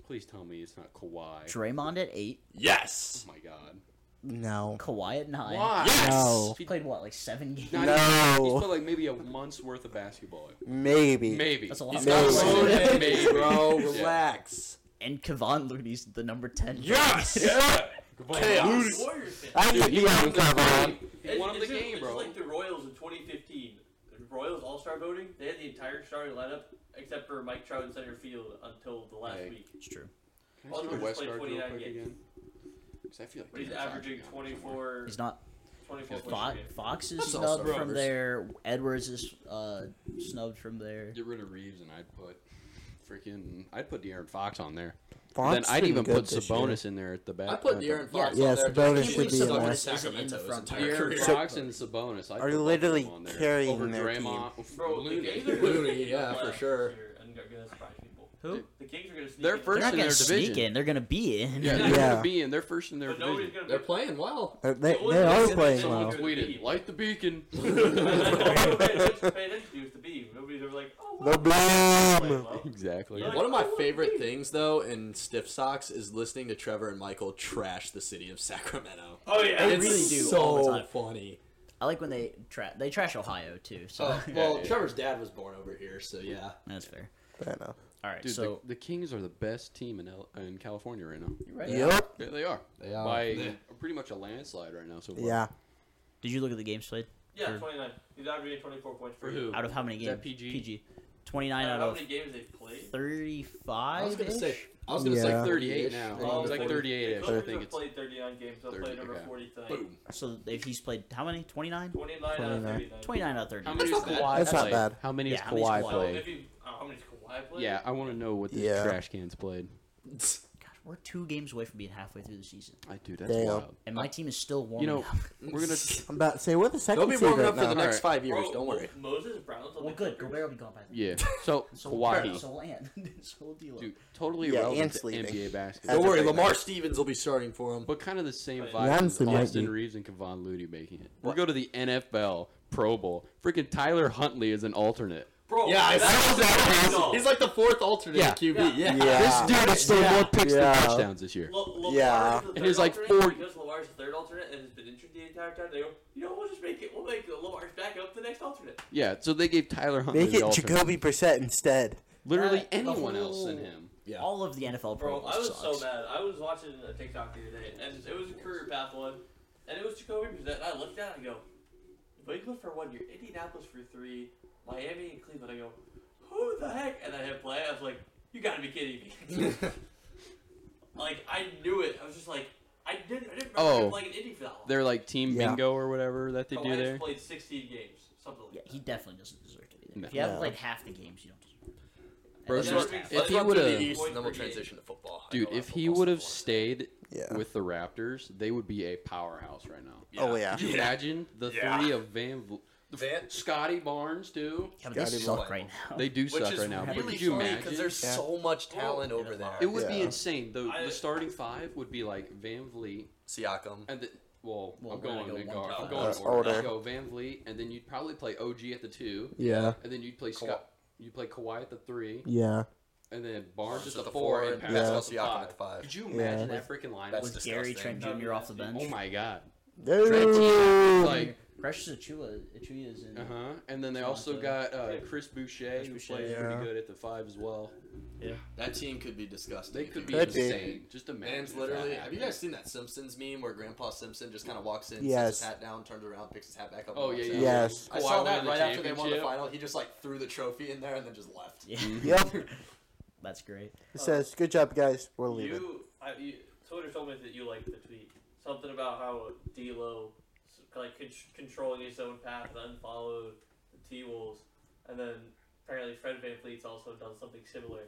E: Please tell me it's not Kawhi.
A: Draymond at eight,
F: yes.
E: oh my God.
B: No.
A: Kawhi at nine.
F: Yes.
B: No.
A: He played what, like seven games?
E: No. He's
B: No.
E: played like maybe a month's worth of basketball.
B: Maybe.
E: Maybe.
A: That's a lot.
E: He's
B: No.
E: got
B: Maybe.
E: loaded,
F: Maybe,
E: maybe.
F: bro.
E: Yeah.
F: Oh, Relax.
A: And Kevon Looney's the number ten.
E: Yeah.
D: mouth.
F: Chaos.
D: Warriors fan.
B: I need
E: Dude,
B: to
E: he
B: be
E: won
B: on
E: the game.
B: cover.
E: He won him the
D: it's just-
E: game,
D: it's
E: bro.
D: like the Royals in 2015. The Royals All Star voting, they had the entire starting lineup except for Mike Trout in center field until the last
E: Hey.
D: week.
A: It's true.
E: Can I see
D: Baldwin
E: the
D: just
E: West
D: played
E: Guard real
D: 29
E: quick
D: games.
E: again? 'Cause I feel like
D: But he's
E: Jim's
D: averaging
E: out somewhere.
D: 24,
A: He's not
D: 24
E: He's
D: points
A: Fo-
D: per game.
A: Fox is
F: That's all
A: snubbed
F: stuff.
A: from
F: Brothers.
A: there. Edwards is uh, snubbed from there.
E: Get rid of Reeves and I'd put freaking I'd put De'Aaron Fox on there.
B: Fox
E: then I'd
B: been
E: even
B: good
E: put
B: this year.
E: Sabonis in there at the back.
F: I put
E: at the-
F: De'Aaron
A: Yeah.
F: Fox.
B: Yeah,
F: on there.
B: Sabonis
F: I can't
B: should
F: believe
B: be in
F: Sabonis
B: there.
F: Sacramento his
A: Isn't in
F: entire
E: De'Aaron
F: career.
B: So-
E: Fox and Sabonis. I'd
B: are
E: put both of
B: literally
E: them on there.
B: carrying
E: over
B: their
E: Draymond.
D: Bro, the
E: Looney.
D: Kings
F: Looney,
D: are gonna sneak in the
F: yeah, for
D: playoffs
F: sure.
D: this year And they're gonna surprise people.
A: Who?
D: The Kings are gonna sneak
E: They're
A: They're
D: in.
E: first
A: not
E: in
A: gonna
E: their
A: sneak
E: division.
A: in. They're gonna be in.
E: Yeah, they're
B: Yeah.
E: gonna be in. They're first in their
D: But nobody's
E: division.
D: gonna
F: They're
D: be-
F: playing well.
B: Uh, They,
D: It was-
B: they are
D: it's-
B: playing
E: Someone
B: well.
E: tweeted, "Light the beacon."
D: Nobody pay attention- pay attention to is the beam. Nobody's ever like, oh,
B: The
D: wow,
B: blame.
D: well.
E: exactly.
D: Yeah.
F: One of my favorite things, though, in Stiff Socks is listening to Trevor and Michael trash the city of Sacramento.
D: Oh yeah,
A: They
F: it's
A: really do
F: so
A: all the time.
F: funny.
A: I like when they tra- they trash Ohio too. So
F: Oh, well,
E: yeah.
F: Trevor's dad was born over here, so yeah.
A: that's fair.
B: Fair enough.
A: All right,
E: Dude,
A: so
E: the, the Kings are the best team in L- in California right now.
A: You're right.
B: Yep.
E: Yeah, they are.
G: They are.
E: By
F: Yeah.
E: pretty much a landslide right now. So far.
B: Yeah.
A: did you look at the games played?
D: yeah, 29. He's averaging 24 points per
E: For
D: game.
E: who?
A: Out of how many games?
E: that Uh, PG?
A: Twenty
D: I
A: nine
D: don't
A: out
D: know how
A: of
D: many games they've played.
A: thirty-five.
F: I was gonna say, I was gonna
E: It's
B: Yeah.
E: like 38 now.
D: Oh,
E: it's like
D: okay.
E: 38.
D: The
E: actually, I
D: Clippers
E: think
D: have
E: it's
D: played 39 games. They'll
E: 30,
D: play number
E: okay.
D: 40 tonight.
F: Boom.
A: So if he's played how many? Twenty nine.
D: 29, out of
B: 29.
D: 39.
A: Twenty nine out of thirty.
E: How many is
F: not
E: that?
F: Kawhi.
B: That's not
E: Like,
B: bad.
E: How many is
A: Yeah, how many is
E: Kawhi
A: Kawhi?
D: Well,
E: played?
D: if you, uh, how many does Kawhi play?
E: Yeah, I want to know what this
B: Yeah.
E: trash can's played.
A: God, we're two games away from being halfway through the season,
E: I do. That's
B: Damn.
E: wild.
A: and my team is still warming
E: know,
A: up.
E: We're gonna.
B: I'm about to say we're the
F: They'll
B: second
F: be
B: seed
F: warming
B: right
F: up for the
B: now.
F: next five years.
D: Bro,
F: Don't worry.
D: Moses Brown's on
A: Well,
D: the
A: good.
D: Clippers.
A: Gobert will be gone by then.
E: Yeah. So
A: So
E: Kawhi,
A: So we'll end. so we'll deal.
E: dude, totally
B: Yeah,
E: irrelevant
B: Ant's
E: to
B: leaving. That's
E: NBA
F: Don't
E: basketball.
B: a
F: worry.
B: big
F: Lamar Stevens will be starting for him.
E: But kind of the same
D: Yeah,
E: vibe as
B: Johnson might
E: Austin
B: be.
E: Reeves and Kevon Looney making it. We
F: What?
E: go to the NFL Pro Bowl. Freaking Tyler Huntley is an alternate.
D: Bro,
F: Yeah, I
D: that's
F: saw
D: the
F: that.
D: result.
F: He's like the fourth alternate
E: Yeah.
F: QB. Yeah.
B: Yeah.
E: This dude has thrown more picks
B: Yeah.
E: than touchdowns this year.
D: La- Lamar's
B: Yeah.
D: the
E: And
D: third
E: he's like
D: alternate,
E: four-
D: Because Lamar's the third alternate and has been injured the entire time. They go, you know, we'll just make it. We'll make Lamar's back up the next alternate.
E: Yeah, so they gave Tyler Huntley
B: Make
E: the
B: it
E: alternate.
B: Jacoby Brissett instead.
E: Literally
A: That- the
E: anyone else than
A: whole-
E: him.
F: Yeah.
A: All of the NFL Pro
D: Bro,
A: Bowl
D: I was
A: sucks.
D: so mad. I was watching a TikTok the other day, and it was a career path one, and it was Jacoby Brissett. And I looked at it and I go, Cleveland for one year, Indianapolis for three, Miami and Cleveland. I go, who the heck? And I hit play. I was like, you gotta be kidding me. like I knew it. I was just like, I didn't. I didn't remember
E: Oh.
D: him playing an Indy for that long.
E: They're like Team
B: Yeah.
E: Bingo or whatever that they
D: Kawhi
E: do
D: has
E: there.
D: played 16 games, something like
A: Yeah,
D: that.
A: he definitely doesn't deserve to be
E: No.
A: If you have
B: No.
A: like half the games, you don't. deserve it.
E: Bro,
A: At
E: so
A: least
E: if
A: half.
E: he
F: Let's run
E: would've-
F: through the East, and then we'll
D: Point per game.
F: transition to football. I
E: Dude,
F: know that
E: if he
F: football's
E: would have
F: tough one.
E: stayed
B: Yeah.
E: with the Raptors, they would be a powerhouse right now.
B: Oh yeah.
E: Could you imagine the
F: Yeah.
E: three of Van, Vl-
F: Van-
E: Scotty Barnes too?
A: Yeah, but they
B: Gotta be
A: suck
F: one.
A: right now.
E: They do
F: Oh. Which
E: suck
F: is
E: right now. but
F: really
E: could you
F: funny
E: imagine?
F: because there's
B: Yeah. Oh,
F: so much talent over there.
E: It would be
B: Yeah.
E: insane. The,
D: I-
E: the starting five would be like Van Vliet
F: Siakam.
E: and the, well,
A: Well,
E: I'm
A: we're gonna
E: going
A: go
E: to
A: one
E: guard.
F: to
E: I'm
F: five.
E: going
B: Uh,
E: forward. Let's
B: older.
E: go Van Vliet, and then you'd probably play OG at the two,
B: Yeah.
E: and then you'd play Scott. You play Kawhi at the three,
B: Yeah.
E: and then Barnes at the four, and
B: Pascal
E: Pascal at the
F: Siakam
E: five.
F: at the five.
E: Could you
B: Yeah.
E: imagine that freaking lineup?
F: That's
A: with Gary
F: disgusting.
A: Trent Jr. off the bench.
E: Oh my god.
B: Dude.
E: Like
A: Precious Achua, Achua is in.
E: Uh huh. And then they also
A: Toronto.
E: got uh, Chris Boucher,
A: Chris
E: who
A: Boucher,
E: plays
B: yeah.
E: pretty good at the five as well.
C: That team could be disgusting.
E: They
C: if
E: could
C: it
E: be
C: was-
B: That'd be-
E: insane. Just imagine.
C: Man's
E: if
C: literally.
E: that
C: Have you
E: happened.
C: guys seen that Simpsons meme where Grandpa Simpson just kind of walks in, sets
B: Yes.
C: his hat down, turns around, picks his hat back up?
E: Oh
C: and
E: yeah,
C: walks
E: yeah.
C: out?
E: yeah.
B: Yes.
C: I
E: Kawhi
C: saw
E: winning
C: that
E: the
C: right after they won the
E: championship.
C: final. He just like threw the trophy in there and then just left.
A: Yeah.
B: Yep.
A: That's great.
B: It says, "Good job, guys. We're leaving."
D: You, I, you, Twitter told me that you liked the tweet. Something about how D'Lo, like con- controlling his own path and unfollowed the T Wolves, and then apparently Fred VanVleet's also done something similar.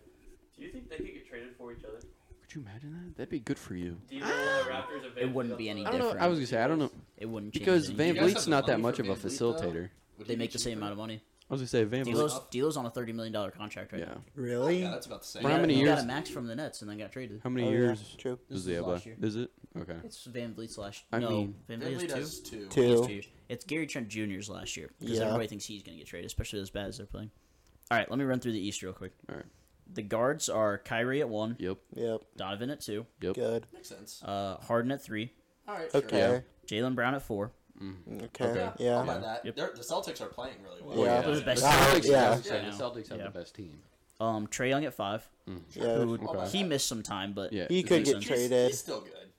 D: Do you think they could get traded for each other?
E: Could you imagine that? That'd be good for you.
D: D'Lo, the Raptors, and
A: Ah. It wouldn't be
D: VanVleet.
A: any
E: I don't know. I
A: Different.
E: was gonna say I don't know
A: It wouldn't change.
E: because
A: anything.
E: Van
F: You guys
E: Vliet's
F: have the
E: not that
F: money
E: much
F: for
E: of a
F: Van Vliet, though?
E: facilitator.
F: Would he
A: they
F: be
A: make the same
F: cheaper?
A: amount of money.
E: I was gonna say Van Vliet.
A: D'Lo's, D'Lo's on a thirty million dollar contract right
E: Yeah.
A: now.
B: Really?
F: Yeah, that's about the same.
E: For how
A: He got-
E: many
A: he
E: years-
A: Got a max from the Nets and then got traded.
E: How many
B: Oh, yeah,
E: years
B: True.
A: This
E: does he
A: is
E: have
A: last
E: left?
A: year.
E: Is it okay?
A: It's Van Vliet's last.
E: I
A: no,
E: mean-
A: Van
C: Then
A: Vliet
C: he
A: is two.
C: does two.
A: He has
B: Two.
A: two years. It's Gary Trent Jr.'s last year because
B: Yeah.
A: everybody thinks he's going to get traded, especially as bad as they're playing. All right, let me run through the East real quick.
E: All right.
A: The guards are Kyrie at one,
E: Yep.
B: Yep.
A: Donovan at two,
E: Yep.
B: Good.
C: Makes sense.
E: Oh.
A: uh, Harden at three,
C: All right.
B: Okay.
C: Sure.
A: Jalen Brown at four.
B: Okay.
E: Okay.
B: Yeah.
C: I'll buy that.
A: Yep.
C: They're- The Celtics are playing really well.
B: Yeah.
A: Those are the best.
E: The Celtics,
B: yeah.
E: I was gonna say,
A: Yeah.
E: the Celtics have
A: Yeah.
E: the best team.
A: Um, Trey Young at five.
B: Yeah.
A: Who
E: Okay.
A: he missed some time, but
E: Mm. Yeah.
B: He
E: it's
B: could
E: decent.
B: get
A: He's-
C: He's,
B: traded
C: he's still good.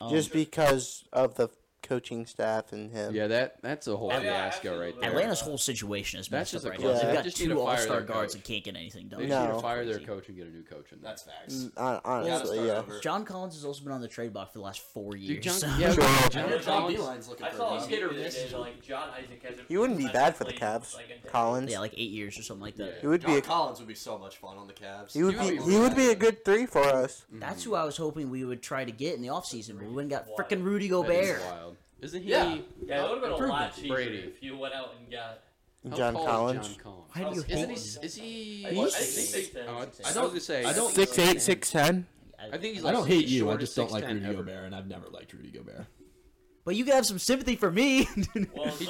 A: um,
B: just because of the coaching staff and him.
E: Yeah, that that's a whole
D: Yeah,
E: fiasco
D: absolutely.
E: right there.
A: Atlanta's whole situation is
E: That's
A: messed
E: just
A: up
E: a
A: right
E: club.
A: now.
B: Yeah.
A: They've got
E: Just need to
A: two All
E: fire
A: Star
E: their
A: guards
E: coach.
A: and can't get anything done.
E: They
B: No.
E: need to fire their coach and get a new coach in there.
C: That's facts.
B: Mm, hon- Honestly, yeah.
A: John Collins has also been on the trade block for the last four years.
E: Dude, John,
A: so-
E: yeah,
B: Sure.
E: John
D: Yeah,
C: John
E: Collins-
C: Beeline's looking
D: I
C: for
D: saw
C: a
D: a
C: job.
D: skater today that, like John Isaac hasn't.
B: He wouldn't be bad for the
D: played,
B: Cavs.
D: like, a decade.
B: Collins.
A: yeah, like eight years or something like that.
B: It would be.
C: John
B: A,
C: Collins would be so much fun on the Cavs.
B: he would
E: would
B: be.
E: be
B: He would be a
E: really
B: good three for us.
A: That's
E: Mm-hmm.
A: who I was hoping we would try to get in the offseason, but we went and got
D: Wild.
A: freaking Rudy
E: That is
A: Gobert.
E: wild. Isn't he?
C: Yeah.
D: Yeah, it would have been a lot
E: Improvement.
D: cheaper
E: Brady.
D: if you went out and got.
E: how
B: John
E: tall is
B: Collins.
E: John Collins.
A: Why do you
E: Isn't
A: hate
E: he?
A: him?
E: s- Is he?
D: I- I
E: He's-
D: think they-
E: Oh, I,
A: six-
E: I don't to say.
C: I don't-
B: Six eight, six ten.
E: I think he's.
G: I
E: Like
G: don't hate
E: the
G: you. I
E: shortest
G: just don't like
E: 6'10"
G: Rudy
E: ever.
G: Gobert, and I've never liked Rudy Gobert.
A: But you can have some sympathy for me.
D: Well, so
E: He just,
D: you,
E: he
D: you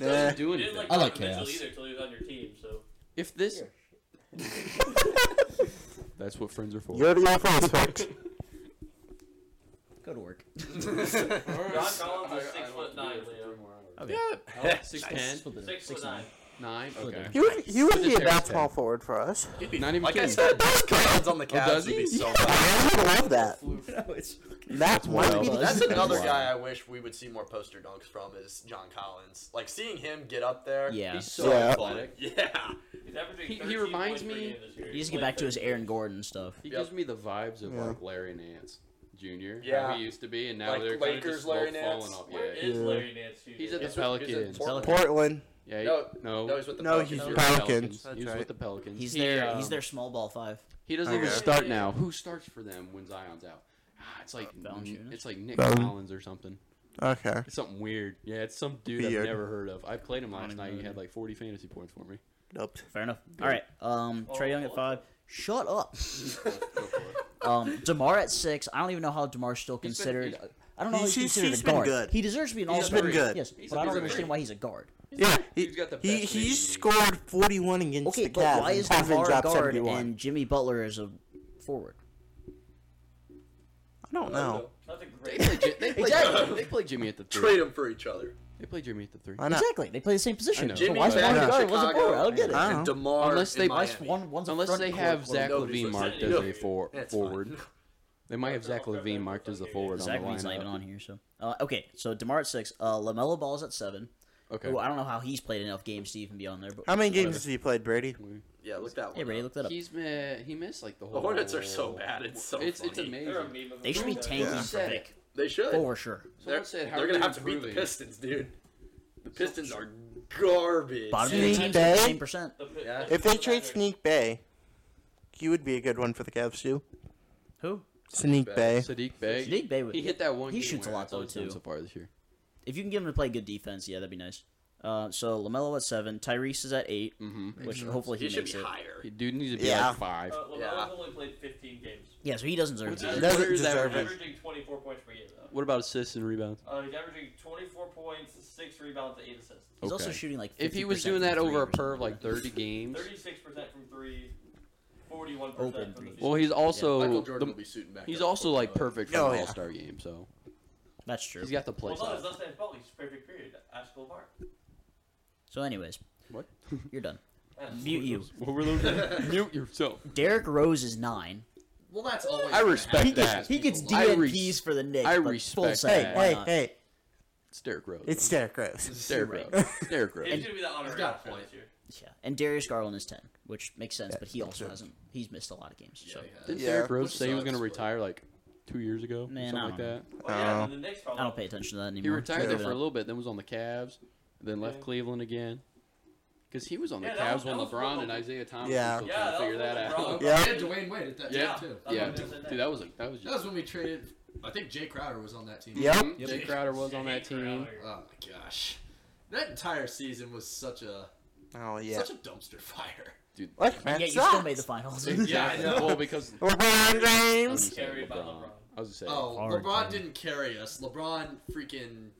D: didn't,
B: Nah.
E: doesn't do
D: you
E: anything.
D: didn't like
G: I
D: Donovan
G: like
D: Mitchell
G: chaos.
D: either until he was on your team. So
E: If this. That's what friends are for.
B: You're your first pick.
A: Go to work.
D: John Collins is six foot nine, Leo.
A: Okay.
E: Six ten
D: Six foot nine.
E: nine. Okay.
B: He would. He would
E: He's a
B: be a bad
E: terrorist
B: small
E: then.
B: forward for us.
F: He'd be-
E: Not even
F: like I
E: kidding.
F: said, Collins
G: Oh,
F: on the Cavs
E: does
F: would
E: he?
F: be so much.
B: I would love that.
A: No, it's
B: That might
G: Oh,
B: be.
E: wild.
B: the-
F: That's another
E: wild.
F: guy I wish we would see more poster dunks from is John Collins. Like seeing him get up there.
A: yeah.
E: He's so
B: Yeah.
E: athletic.
F: Yeah.
D: He's averaging
E: He- he
D: 13 points
E: reminds
D: per
E: me-
D: game this year.
A: He needs to
D: He's
A: get back to
D: played
A: his Aaron Gordon stuff.
E: He
F: Yep.
E: gives me the vibes of
B: Yeah.
E: like Larry Nance Jr.
F: Yeah.
E: How he used to be, and now
F: Like
E: they're kind of
F: Lakers
E: just Larry
F: Larry
E: falling
F: Nance.
E: off.
D: 13.
E: Yeah.
D: Where is
B: Yeah.
D: Larry Nance? Jr.?
E: He's at the
F: He's with- he's at
E: Pelicans.
F: Portland.
B: Portland.
E: Yeah. he-
F: No,
E: No.
G: Oh.
F: no, he's with the
B: No,
E: He's
B: he's
E: with
F: Pelicans.
E: the
B: Pelicans.
E: Pelicans.
B: That's
E: He's
B: right.
E: with the Pelicans.
A: He's
E: He,
A: their
E: um,
A: he's their small ball five.
E: He doesn't even
B: Okay.
E: start now. Who starts for them when Zion's out? Ah, it's like
A: Valanciunas?
E: it's like Nick
B: Val-
E: Collins or something.
B: Okay.
E: It's something weird. Yeah, it's some dude
B: Weird.
E: I've never heard of. I played him last
A: even
E: night.
A: know
E: He
A: him.
E: had like 40 fantasy points for me.
B: Nope.
A: Fair enough. All right. Um,
E: Oh,
A: Trey Young at five. Shut up. um, Demar at six. I don't even know how Demar's still
E: He's been-
A: considered. I don't know how
B: He's-
A: he's,
B: he's-
A: considered
B: he's
A: a
B: been
A: guard.
B: good.
A: He deserves to be an
E: He's
A: all
E: been
A: star.
B: good.
A: Yes,
E: He's
A: but
E: a-
A: I don't
E: he's a
A: understand
E: great-
A: why he's a guard.
B: Yeah. He,
E: He's got the
B: he,
E: best
B: he
E: league.
B: scored 41 against
A: Okay,
B: the
A: but
B: Cavs
A: why
B: and
A: is
B: Kevin
A: Demar a
B: dropped
A: guard
B: 71.
A: and Jimmy Butler is a forward?
B: I don't know.
D: That's a
E: They
D: great.
E: play, Ji- they play,
A: Exactly.
E: they play Jimmy at the three.
F: Trade him for each other.
E: They play Jimmy at the three.
B: Why not?
A: Exactly. They play the same position.
E: know.
A: So
E: Jimmy
A: why is
B: Butler
A: one a
B: in
A: guard? and One's a
F: Chicago.
A: forward. I don't get it.
B: I don't
F: And
B: know.
F: Demar
E: Unless they-
F: in
A: Unless
F: Miami.
A: one, one's a
E: Unless
A: front
E: they
A: court
E: have
A: player.
E: Zach
F: nobody's
E: Levine
F: listening.
E: marked as a
F: Yeah.
E: for,
F: That's fine.
E: forward. They might have Zach Levine marked as a forward
A: Zach
E: on the
A: Levine's not even
E: lineup.
A: on here. So uh, okay, so Demar at six. Uh, Lamelo Ball's at seven.
E: Okay.
A: Who I don't know how he's played enough games to even be on there. But
B: How many games
A: whatever.
B: has he played, Brady?
F: Yeah, look that one.
A: Hey, Ray,
F: up.
A: look that up.
E: He's mi- he missed like the whole.
F: The Hornets are so bad. It's so
E: It's it's
F: funny.
E: amazing.
D: They're a meme of
A: They
D: a
A: should be
D: team.
A: tanking
B: Yeah.
A: for Vic
F: They should.
A: for sure.
F: They're,
E: Someone said, "How
F: they're
E: are
F: gonna
E: you
F: have to beat the
E: improving?"
F: Pistons, dude. The Pistons are
C: garbage.
A: Bottom
B: Sneak
A: three teams
B: day.
A: are ten percent.
D: The p-
C: Yeah.
D: the
B: If they
D: people
B: trade
D: that are-
B: Sneak Bay, he would be a good one for the Cavs too.
A: Who?
B: Sneak Bay.
E: Sadiq Bay.
A: Sadiq Bey would-
E: He hit that one.
A: he
E: game
A: shoots a
E: winner.
A: lot,
E: That's all
A: though,
E: he's done
A: too.
E: So far this year.
A: If you can get him to play good defense, yeah, that'd be nice. Uh, so Lamelo at seven, Tyrese is at eight,
E: Mm-hmm.
A: which hopefully he,
C: he should
A: makes
C: be
A: it.
C: higher.
E: Dude needs to be
B: Yeah.
E: like five.
D: Uh, LaMelo's
C: Yeah.
D: only played 15 games.
A: Yeah, so he doesn't deserve
E: What's
A: to be
E: his-
A: there.
B: Doesn't
E: players that
B: deserve
E: average-
D: He's
B: Average.
D: averaging 24 points per game, though.
E: What about assists and rebounds?
D: Uh, he's averaging 24 points, 6 rebounds, and 8 assists.
A: He's also
E: Okay.
A: shooting like.
E: If he was
A: 50%
E: doing
A: from
E: that
A: three
E: over a
A: or something
E: per of like 30 games,
D: 36% from 3, 41%
A: Open
D: from the
A: threes.
D: field.
E: well, he's also
C: Michael Jordan
E: the-
C: will be suiting back.
E: he's
C: up.
E: also like
C: Hopefully.
E: perfect for
B: Oh,
E: an
B: yeah.
E: All Star game, so
A: That's true.
E: he's got the play.
D: Well, no, it's
E: style.
D: not Sam Butler. He's perfect period. Ask LeVar.
A: So, anyways,
E: What?
A: you're done.
D: That's-
A: Mute you.
E: What were those? Mute yourself.
A: Derrick Rose is nine.
C: Well, that's always.
E: I
C: gonna
E: respect
C: happen.
A: He
E: that.
A: gets, he gets
E: I res-
A: DNPs for the Knicks.
E: I
A: but full
E: respect
A: sec,
B: Hey,
E: that.
A: why
B: hey,
A: not?
B: hey!
E: It's Derrick Rose.
B: It's Derrick Rose.
E: Derrick
A: You're
E: Rose. Derrick Rose.
D: He's going to be the honorary
C: got a
D: Oscar
C: point.
D: this year.
A: Yeah, and Darius Garland is ten, which makes sense,
B: Yeah,
A: but he
B: makes
A: also
B: sense.
A: hasn't. He's missed a lot of games.
C: Yeah,
A: So
C: he
E: Didn't
C: has.
B: Yeah.
E: Derrick Rose
C: Which
E: say he was
C: sucks,
E: going to
C: but-
E: retire like two years ago?
A: Man,
E: something
A: I
E: like
A: don't know.
E: that.
D: Oh, yeah,
B: Uh,
D: and then the Knicks
A: I
D: probably.
A: don't pay attention to that anymore.
E: He retired
A: Give
E: there
A: it
E: for a
A: up.
E: little bit, then was on the Cavs, then left
D: Yeah.
E: Cleveland again. Because he was on the
D: Yeah, that
E: Cavs
D: was-
E: when
D: that was
E: LeBron
D: one
E: and
D: of-
E: Isaiah Thomas
B: Yeah.
E: were still
D: Yeah,
E: trying
D: that
E: to figure
D: was
E: that
D: LeBron.
E: out.
D: Oh,
B: Yeah.
C: And Dwayne Wade at that
E: Yeah.
C: time too.
D: That's
E: Yeah,
D: what I'm saying.
E: dude, that was like that was
C: That
E: just.
C: was when we traded. I think Jay Crowder was on that team.
B: Yep.
E: Mhm. Jay Crowder was on that team.
C: Oh my gosh, that entire season was such a
B: Oh yeah.
C: such a dumpster fire.
B: Look,
A: And
B: man,
A: yet you still made the finals.
C: Yeah, I know.
E: Well, because
B: LeBron
E: I was
B: James.
E: gonna say
D: Carried by
E: LeBron.
D: LeBron.
E: I was gonna say.
C: Oh,
A: Hard
C: LeBron
A: time.
C: didn't carry us. LeBron freaking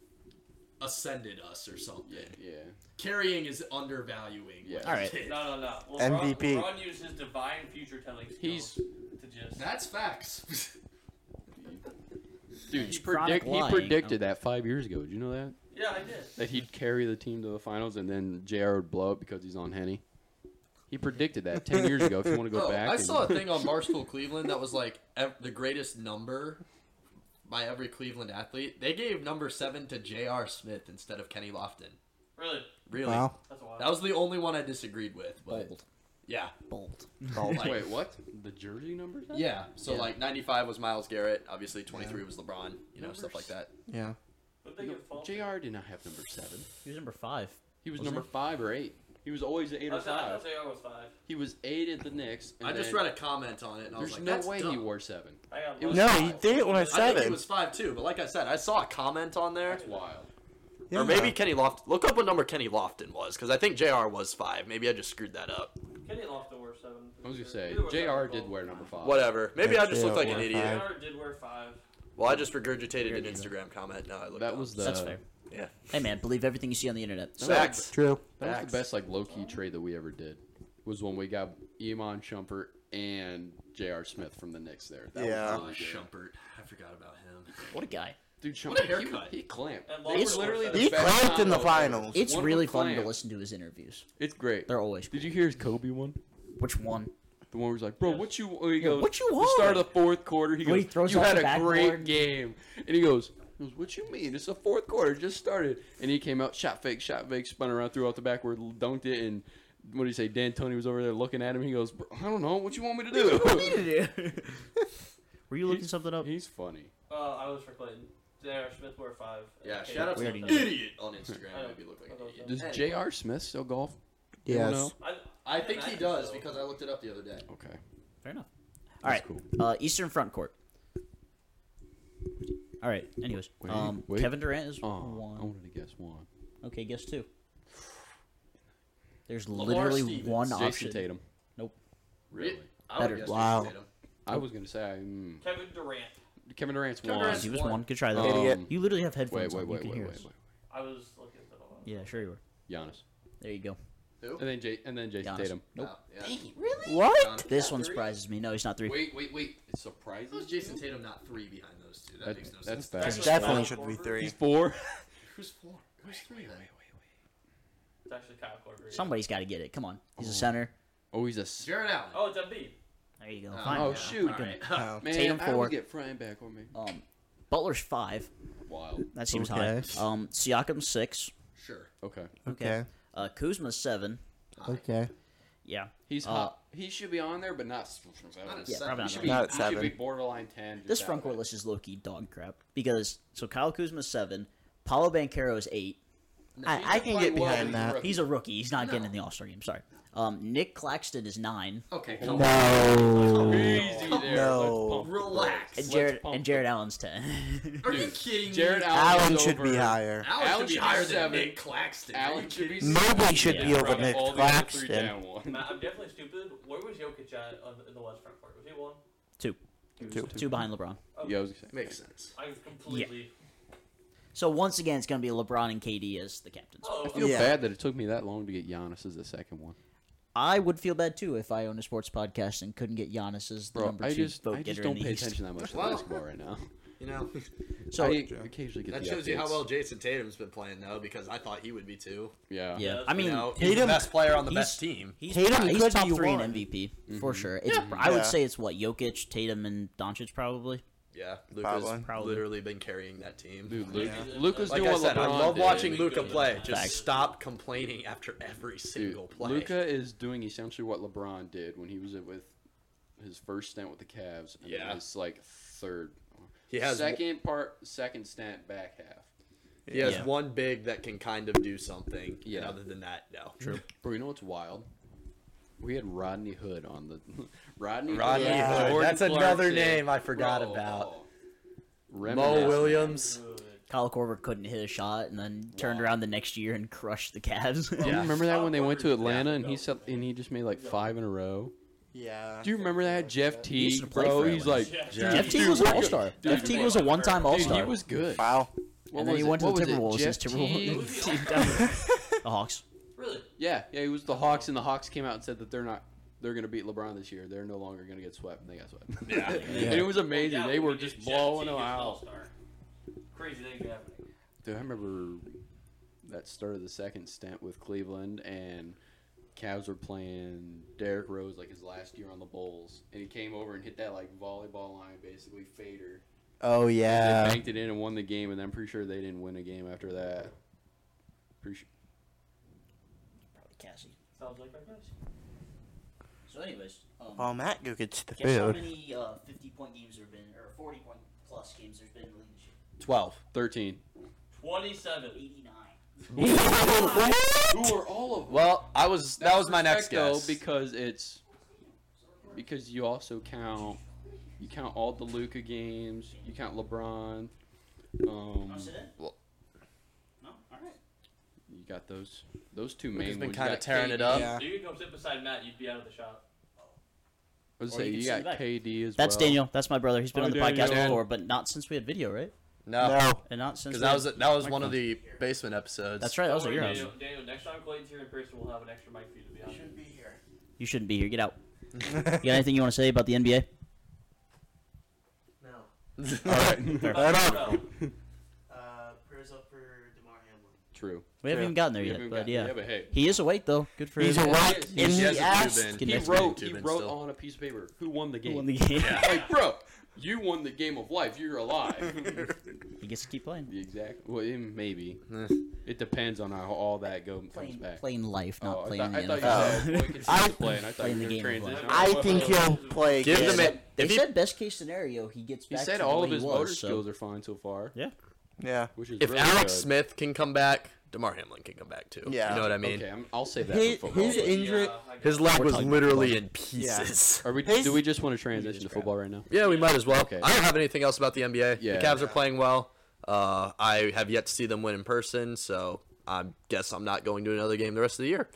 C: ascended us or something.
E: Yeah, yeah.
C: Carrying is undervaluing.
E: Yeah.
C: what he
A: Alright.
C: did.
D: No, no, no. Well,
B: MVP.
D: LeBron used his divine future telling skills
E: He's
D: to just.
C: That's facts.
E: dude.
A: He's
E: He, predict,
A: chronic
E: he
A: lying.
E: predicted that five years ago. Did you know that?
D: Yeah, I did.
E: That he'd carry the team to the finals and then Jr. would blow up because he's on Henny. He predicted that ten years ago. If you want to go
C: Oh,
E: back,
C: I
E: and-
C: saw a thing on Barstool Cleveland that was like ev- the greatest number by every Cleveland athlete. They gave number seven to J.R. Smith instead of Kenny Lofton.
D: Really?
C: Really?
B: Wow.
D: That's wild.
C: That was the only one I disagreed with. But
A: Bold,
C: yeah,
A: bold.
C: like-
E: Wait, what? The jersey number?
C: yeah. So
A: Yeah.
C: like 95 was Miles Garrett. Obviously 23 was LeBron. You know stuff like that.
B: Yeah.
D: But they
E: No,
D: get fault.
E: Jr. did not have number seven.
A: He was number five.
E: He was,
A: Was
E: number five or eight. He was always an eight
D: I
E: or
D: thought, I
E: five.
D: thought JR was five.
E: He was eight at the Knicks. And
C: I just
E: then
C: read a comment on it and I was
E: There's
C: like,
E: no
C: That's
E: way he
C: dumb.
E: wore seven.
D: I got
E: It was
B: No,
D: lucky.
B: he didn't want
C: I think it
B: seven.
C: was five too, but like I said, I saw a comment on there,
E: That's wild.
B: Yeah.
C: or maybe Kenny Lofton. Look up what number Kenny Lofton was, because I think Jr. was five. Maybe I just screwed that up.
D: Kenny lost the worst seven.
E: I was gonna say
D: Either way,
E: Jr.
D: that
E: did
D: was
E: wear number five.
C: Whatever. Maybe I
B: Yeah,
C: just looked like
B: yeah,
C: an
B: yeah.
C: idiot.
B: five.
D: JR did wear five.
C: Well, I just regurgitated an Instagram comment. No, I looked
E: That
C: up.
E: was the
A: That's fair.
C: yeah.
A: Hey man, believe everything you see on the internet. So,
C: Facts.
B: True.
E: that was
C: Facts.
E: the best like low key trade that we ever did. Was when we got Iman Shumpert and Jr. Smith from the Knicks. There. That
B: Yeah.
A: Oh,
E: Was really good.
C: Shumpert. I forgot about him.
A: what a guy.
E: Dude,
C: What a
E: Shumpert. He,
C: haircut.
E: he clamped.
D: And
E: They
D: Lawler
E: were
D: was
E: literally
D: seven.
E: the
B: He
E: best
B: clamped in the
E: combo ever.
B: finals.
A: It's
E: One of
A: really
E: them
A: fun to
E: clamped.
A: listen to his interviews.
E: It's great.
A: They're always cool.
E: Did you hear his Kobe one?
A: Which one?
E: The one where he's like, "Bro,
D: Yes.
E: what you?" He
A: Yeah,
E: goes,
A: "What you
E: the
A: want?"
E: start of the fourth quarter. He
A: When
E: goes,
A: he throws
E: "You
A: off
E: had
A: the
E: a great
A: backboard.
E: game," and he goes, he goes, "What you mean? It's the fourth quarter. it Just started." And he came out, shot fake, shot fake, spun around, threw out the backward, dunked it, and what do you say? Dan Tony was over there looking at him. He goes, "Bro, "I don't know. What you want me to do?"
A: Were you looking something up?
E: he's funny.
D: Uh, I was for Clayton. J.R. Smith wore five.
C: Yeah,
D: Okay,
C: shout out
A: We
C: to
A: already
C: an
A: know.
C: idiot on Instagram.
D: I
C: Maybe look like an idiot.
E: Does
D: Hey.
E: J.R. Smith still golf? Anyone
B: Yes.
E: know?
D: I,
C: I think he
D: imagine
C: does
D: so.
C: because I looked it up the other day.
E: Okay.
A: Fair enough. All
E: That's
A: right.
E: cool.
A: Uh, Eastern front court. All right. Anyways,
E: Wait,
A: um,
E: wait.
A: Kevin Durant is
E: Oh, I
A: one.
E: wanted to guess one.
A: Okay, guess two. There's
C: Lamar
A: literally
C: Stevens,
A: one
E: Jason
A: option.
E: Tatum.
A: Nope.
E: Really?
C: I would've
A: Better.
C: guessed Jason
B: Wow.
C: Tatum.
E: I was gonna say mm,
D: Kevin Durant.
E: Kevin Durant's
C: Kevin
E: one.
A: Uh,
C: Durant's
A: he was
C: one.
A: one. Good try though.
E: Um,
B: Idiot.
A: you literally have
E: Wait,
A: headphones
E: wait,
A: on.
E: wait,
A: you
E: wait,
A: can
E: wait,
A: hear
E: wait.
A: us.
D: I was looking at the
A: Yeah, sure you were.
E: Giannis.
A: There you go.
E: And then J- and then Jason
A: Giannis.
E: Tatum.
A: Nope.
C: Wow, yeah.
A: Really?
B: What?
A: This one surprises me. No, he's not three.
E: Wait, wait, wait. It's
C: How
E: surprising.
C: is Jason Tatum not three behind those two? That,
E: That-
C: makes no
E: that's
C: sense.
E: bad.
D: It's
B: Definitely
D: actually
B: should be
D: Kyle
B: three.
E: four.
C: Who's four? Who's three? then?
D: It's actually Kyle Korver. yeah.
A: Somebody's got to get it. Come on. He's
E: Oh.
A: a center.
E: Oh, he's a s-
C: Jared Allen.
D: Oh, it's Embiid.
A: There you go.
C: Oh,
A: Fine.
E: oh,
A: Yeah.
E: shoot.
A: Fucking-
C: Alright.
B: Oh.
E: man.
A: Tatum
E: I
A: four.
E: would get Frying back on me.
A: Um, Butler's five.
E: Wild.
A: That seems
B: Okay.
A: high. Um, Siakam six.
C: Sure.
E: Okay.
A: Okay. Uh, Kuzma seven.
B: Okay.
A: Yeah.
E: He's
A: Uh,
E: hot. He should be on there, but not. s- from seven.
C: Not at
A: Yeah,
C: seven.
A: probably
E: He
A: not
E: should
A: that.
E: be,
B: Not at
E: he should
B: seven.
E: be borderline ten. just
A: This
E: out
A: front
E: of
A: court
E: it.
A: list is low key dog crap because so Kyle Kuzma's seven, Paolo Banquero is eight,
E: No,
B: I-
E: he's
B: I
E: not
B: can
E: playing
B: get
E: well,
B: behind
E: he's a
B: that.
E: rookie.
A: He's a rookie. He's not getting
E: No.
A: in the All Star game. Sorry. Um, Nick Claxton is nine.
E: Okay, come on.
B: No.
E: Easy
B: No.
E: there.
B: No.
E: Let's pump the
H: Relax.
E: brakes.
A: And
E: Let's
A: Jared
E: pump
A: and Jared Allen's ten.
H: Are you
E: Dude,
H: kidding me?
E: Jared Allen,
B: Allen
E: is
B: should be
E: over-
B: higher.
H: Allen,
E: Allen
H: should be
E: should be
H: higher
E: seven.
H: than Nick Claxton. Are you
E: Allen should be
H: kidding me?
B: Nobody should
A: Yeah.
B: be over
E: From
B: Nick
E: all the other three
B: Claxton.
E: down one.
D: Matt, I'm definitely stupid. Where was Jokic at on the, in the West Front Court? Was he one?
A: two.
B: Two.
A: Two behind LeBron.
E: Yeah, I was gonna say.
C: Makes sense.
D: I completely.
A: So once again, it's going to be LeBron and KD as the captains.
D: Oh,
E: I feel
B: Yeah.
E: bad that it took me that long to get Giannis as the second one.
A: I would feel bad too if I owned a sports podcast and couldn't get Giannis as the
E: Bro,
A: number
E: I
A: two
E: just,
A: vote
E: I just
A: getter
E: don't
A: in the
E: pay
A: East.
E: attention that much to
C: Well-
E: basketball right now.
C: You know,
A: So
E: I occasionally get
C: that
E: the
C: shows you how
E: updates.
C: well Jason Tatum's been playing, though, because I thought he would be too.
E: Yeah.
A: yeah,
D: Yeah,
A: I mean,
C: you know, he's the
B: Tatum-
C: best player on the
A: he's-
C: best team.
A: he's,
B: Tatum
A: pro- he's
B: could
A: top
B: be
A: three in
B: one.
A: MVP for sure. It's I
B: Yeah.
A: would say it's what Jokic, Tatum, and Doncic probably.
C: Yeah,
B: Probably.
C: Luca's
A: Probably.
C: literally been carrying that team.
E: Dude, Luke,
D: Yeah.
E: Luca's
C: like
E: doing
C: I
E: what
C: said, I
E: LeBron
C: love
E: did.
C: watching
D: Dude,
C: Luca play. Just
A: Facts.
C: stop complaining after every
E: Dude,
C: single play.
E: Luca is doing essentially what LeBron did when he was with his first stint with the Cavs. And
C: Yeah.
E: yeah. His like third,
C: he has
E: second part, second stint back half.
C: he has
A: Yeah.
C: one big that can kind of do something. Yeah.
E: Yeah.
C: other than that, no. True.
E: Bro, you know what's wild? We had Rodney Hood on the Rodney.
C: Rodney
E: Hood,
B: Yeah.
C: Hood.
E: Jordan
C: That's another
E: Clarkson.
C: name I forgot
E: Bro,
C: about. Mo
E: Reminiscent.
C: Williams.
A: Kyle Korver couldn't hit a shot, and then turned around the next year and crushed the Cavs.
E: Do you remember that when they went to
D: Yeah.
E: Atlanta and he
D: Yeah.
E: said, and he just made like five in a row?
B: Yeah.
E: Do you remember that Jeff
A: used
E: Teague,
A: to play
E: bro?
A: for
E: He's
A: Atlanta.
E: like
D: Yeah.
E: dude,
A: Jeff Teague
E: dude,
A: was an
E: we're
A: All
E: good.
A: Star.
E: Dude,
A: Jeff Teague was a one time All
E: Dude, he
A: Star.
E: was good.
B: Wow.
E: What
A: And then
E: was
A: he
E: it?
A: went to
E: What
A: the
E: was it?
A: Timberwolves.
E: Jeff
A: His Timberwolves
E: Teague?
A: team dominated the Hawks.
D: Really?
E: Yeah, yeah. It was the Hawks, and the Hawks came out and said that they're not. They're gonna beat LeBron this year. They're no longer gonna get swept, and they got swept. Yeah, and it was amazing.
D: Yeah,
E: they
D: we
E: were
D: did
E: just
D: Jeff
E: blowing
D: Teague
E: them
D: as an
E: out.
D: all-star. Crazy thing happening.
E: Dude, I remember that start of the second stint with Cleveland, and Cavs were playing Derrick Rose like his last year on the Bulls, and he came over and hit that like volleyball line, basically fader.
B: Oh
E: they
B: yeah.
E: banked it in and won the game, and I'm pretty sure they didn't win a game after that. Pretty sure.
A: Probably Cassie.
D: Sounds like our guys.
A: So, anyways, um,
B: While Matt go gets the
A: guess how
B: food.
A: many uh, fifty-point games there've been, or forty-point plus games there's been in the league this year?
C: 12.
E: 13.
D: 27.
A: Eighty-nine.
E: Who are all of
C: Well, I was that was my next guess.
E: because it's because you also count you count all the Luca games, you count LeBron. Um,
A: Want to sit in?
C: well-
A: No. All right.
E: you got those those two
C: Luka's
E: main
C: been
E: ones. You
C: kinda
E: got
C: tearing it
E: KD.
C: up.
B: Yeah.
D: So you could come sit beside Matt, you'd be out of the shot.
E: I was
A: Or
E: saying
A: you can
E: you
A: sit in the
E: got
A: back.
E: KD as
A: That's
E: well.
A: Daniel. That's my brother. He's been
E: Oh,
A: on the
E: Daniel.
A: podcast
E: Dan.
A: before, but not since we had video, right?
C: no,
B: No.
A: And not since
C: because
A: we
C: that
A: had-
C: was that was one of the basement episodes.
A: That's right. That
D: Don't
A: was at
D: worry,
A: your house.
D: Daniel, Daniel, next time Clayton's here in person, we'll have an extra mic for you to be on.
B: be here.
A: You shouldn't be here. Get out. You got anything you want to say about the NBA?
I: No.
C: All right.
B: Right on.
I: Uh, prayers up for Demar Hamlin.
E: True.
A: We haven't
B: Yeah.
A: even gotten there
E: We
A: yet,
E: haven't
A: but
E: gotten-
A: yeah.
E: yeah, but hey.
A: He is awake though. Good for
B: He's
A: him.
B: awake
E: Yes,
B: in
C: he has
B: the
C: a
B: ass.
C: Cuban.
A: He
E: He
A: Next
E: wrote
C: minute,
E: he
C: Tubin,
E: wrote
C: still.
E: on a piece of paper who won the
A: Who
E: game.
A: won the game?
E: like, bro, you won the game of life. You're alive.
A: he gets to keep playing.
E: the exact. Well, it- maybe
C: Eh.
E: it depends on how all that go comes
A: Playing,
E: back.
A: playing life, not
E: oh, I
A: playing
E: thought, I
A: the
E: thought
A: NFL.
E: you said boy can
A: I-
E: still play, and I thought
A: Playing
E: you
A: the
E: were
A: game of
E: transitioning.
A: life.
B: I think he'll play.
C: Give
B: again.
C: the man.
A: They
C: If he,
A: said best case scenario, he gets
E: He
A: back.
E: said
A: to
E: all
A: the
E: of
A: way
E: his
A: he
E: motor
A: was, so-
E: skills are fine so far,
B: Yeah.
E: which is
C: if
E: really
C: Alex
E: good.
C: Smith can come back, Demar Hamlin can come back too.
B: Yeah.
C: you know what I mean.
E: okay, I'm, I'll say that
B: His,
E: for football.
B: his injury.
C: His leg
A: We're
C: was
A: talking
C: literally
A: about-
C: in pieces.
E: Are we?
B: his-
E: Do we just want to transition to football right now?
C: Yeah, we might as well.
E: Okay.
C: I don't have anything else about the NBA.
E: Yeah.
C: The Cavs are playing well. Uh, I have yet to see them win in person, so I guess I'm not going to another game the rest of the year.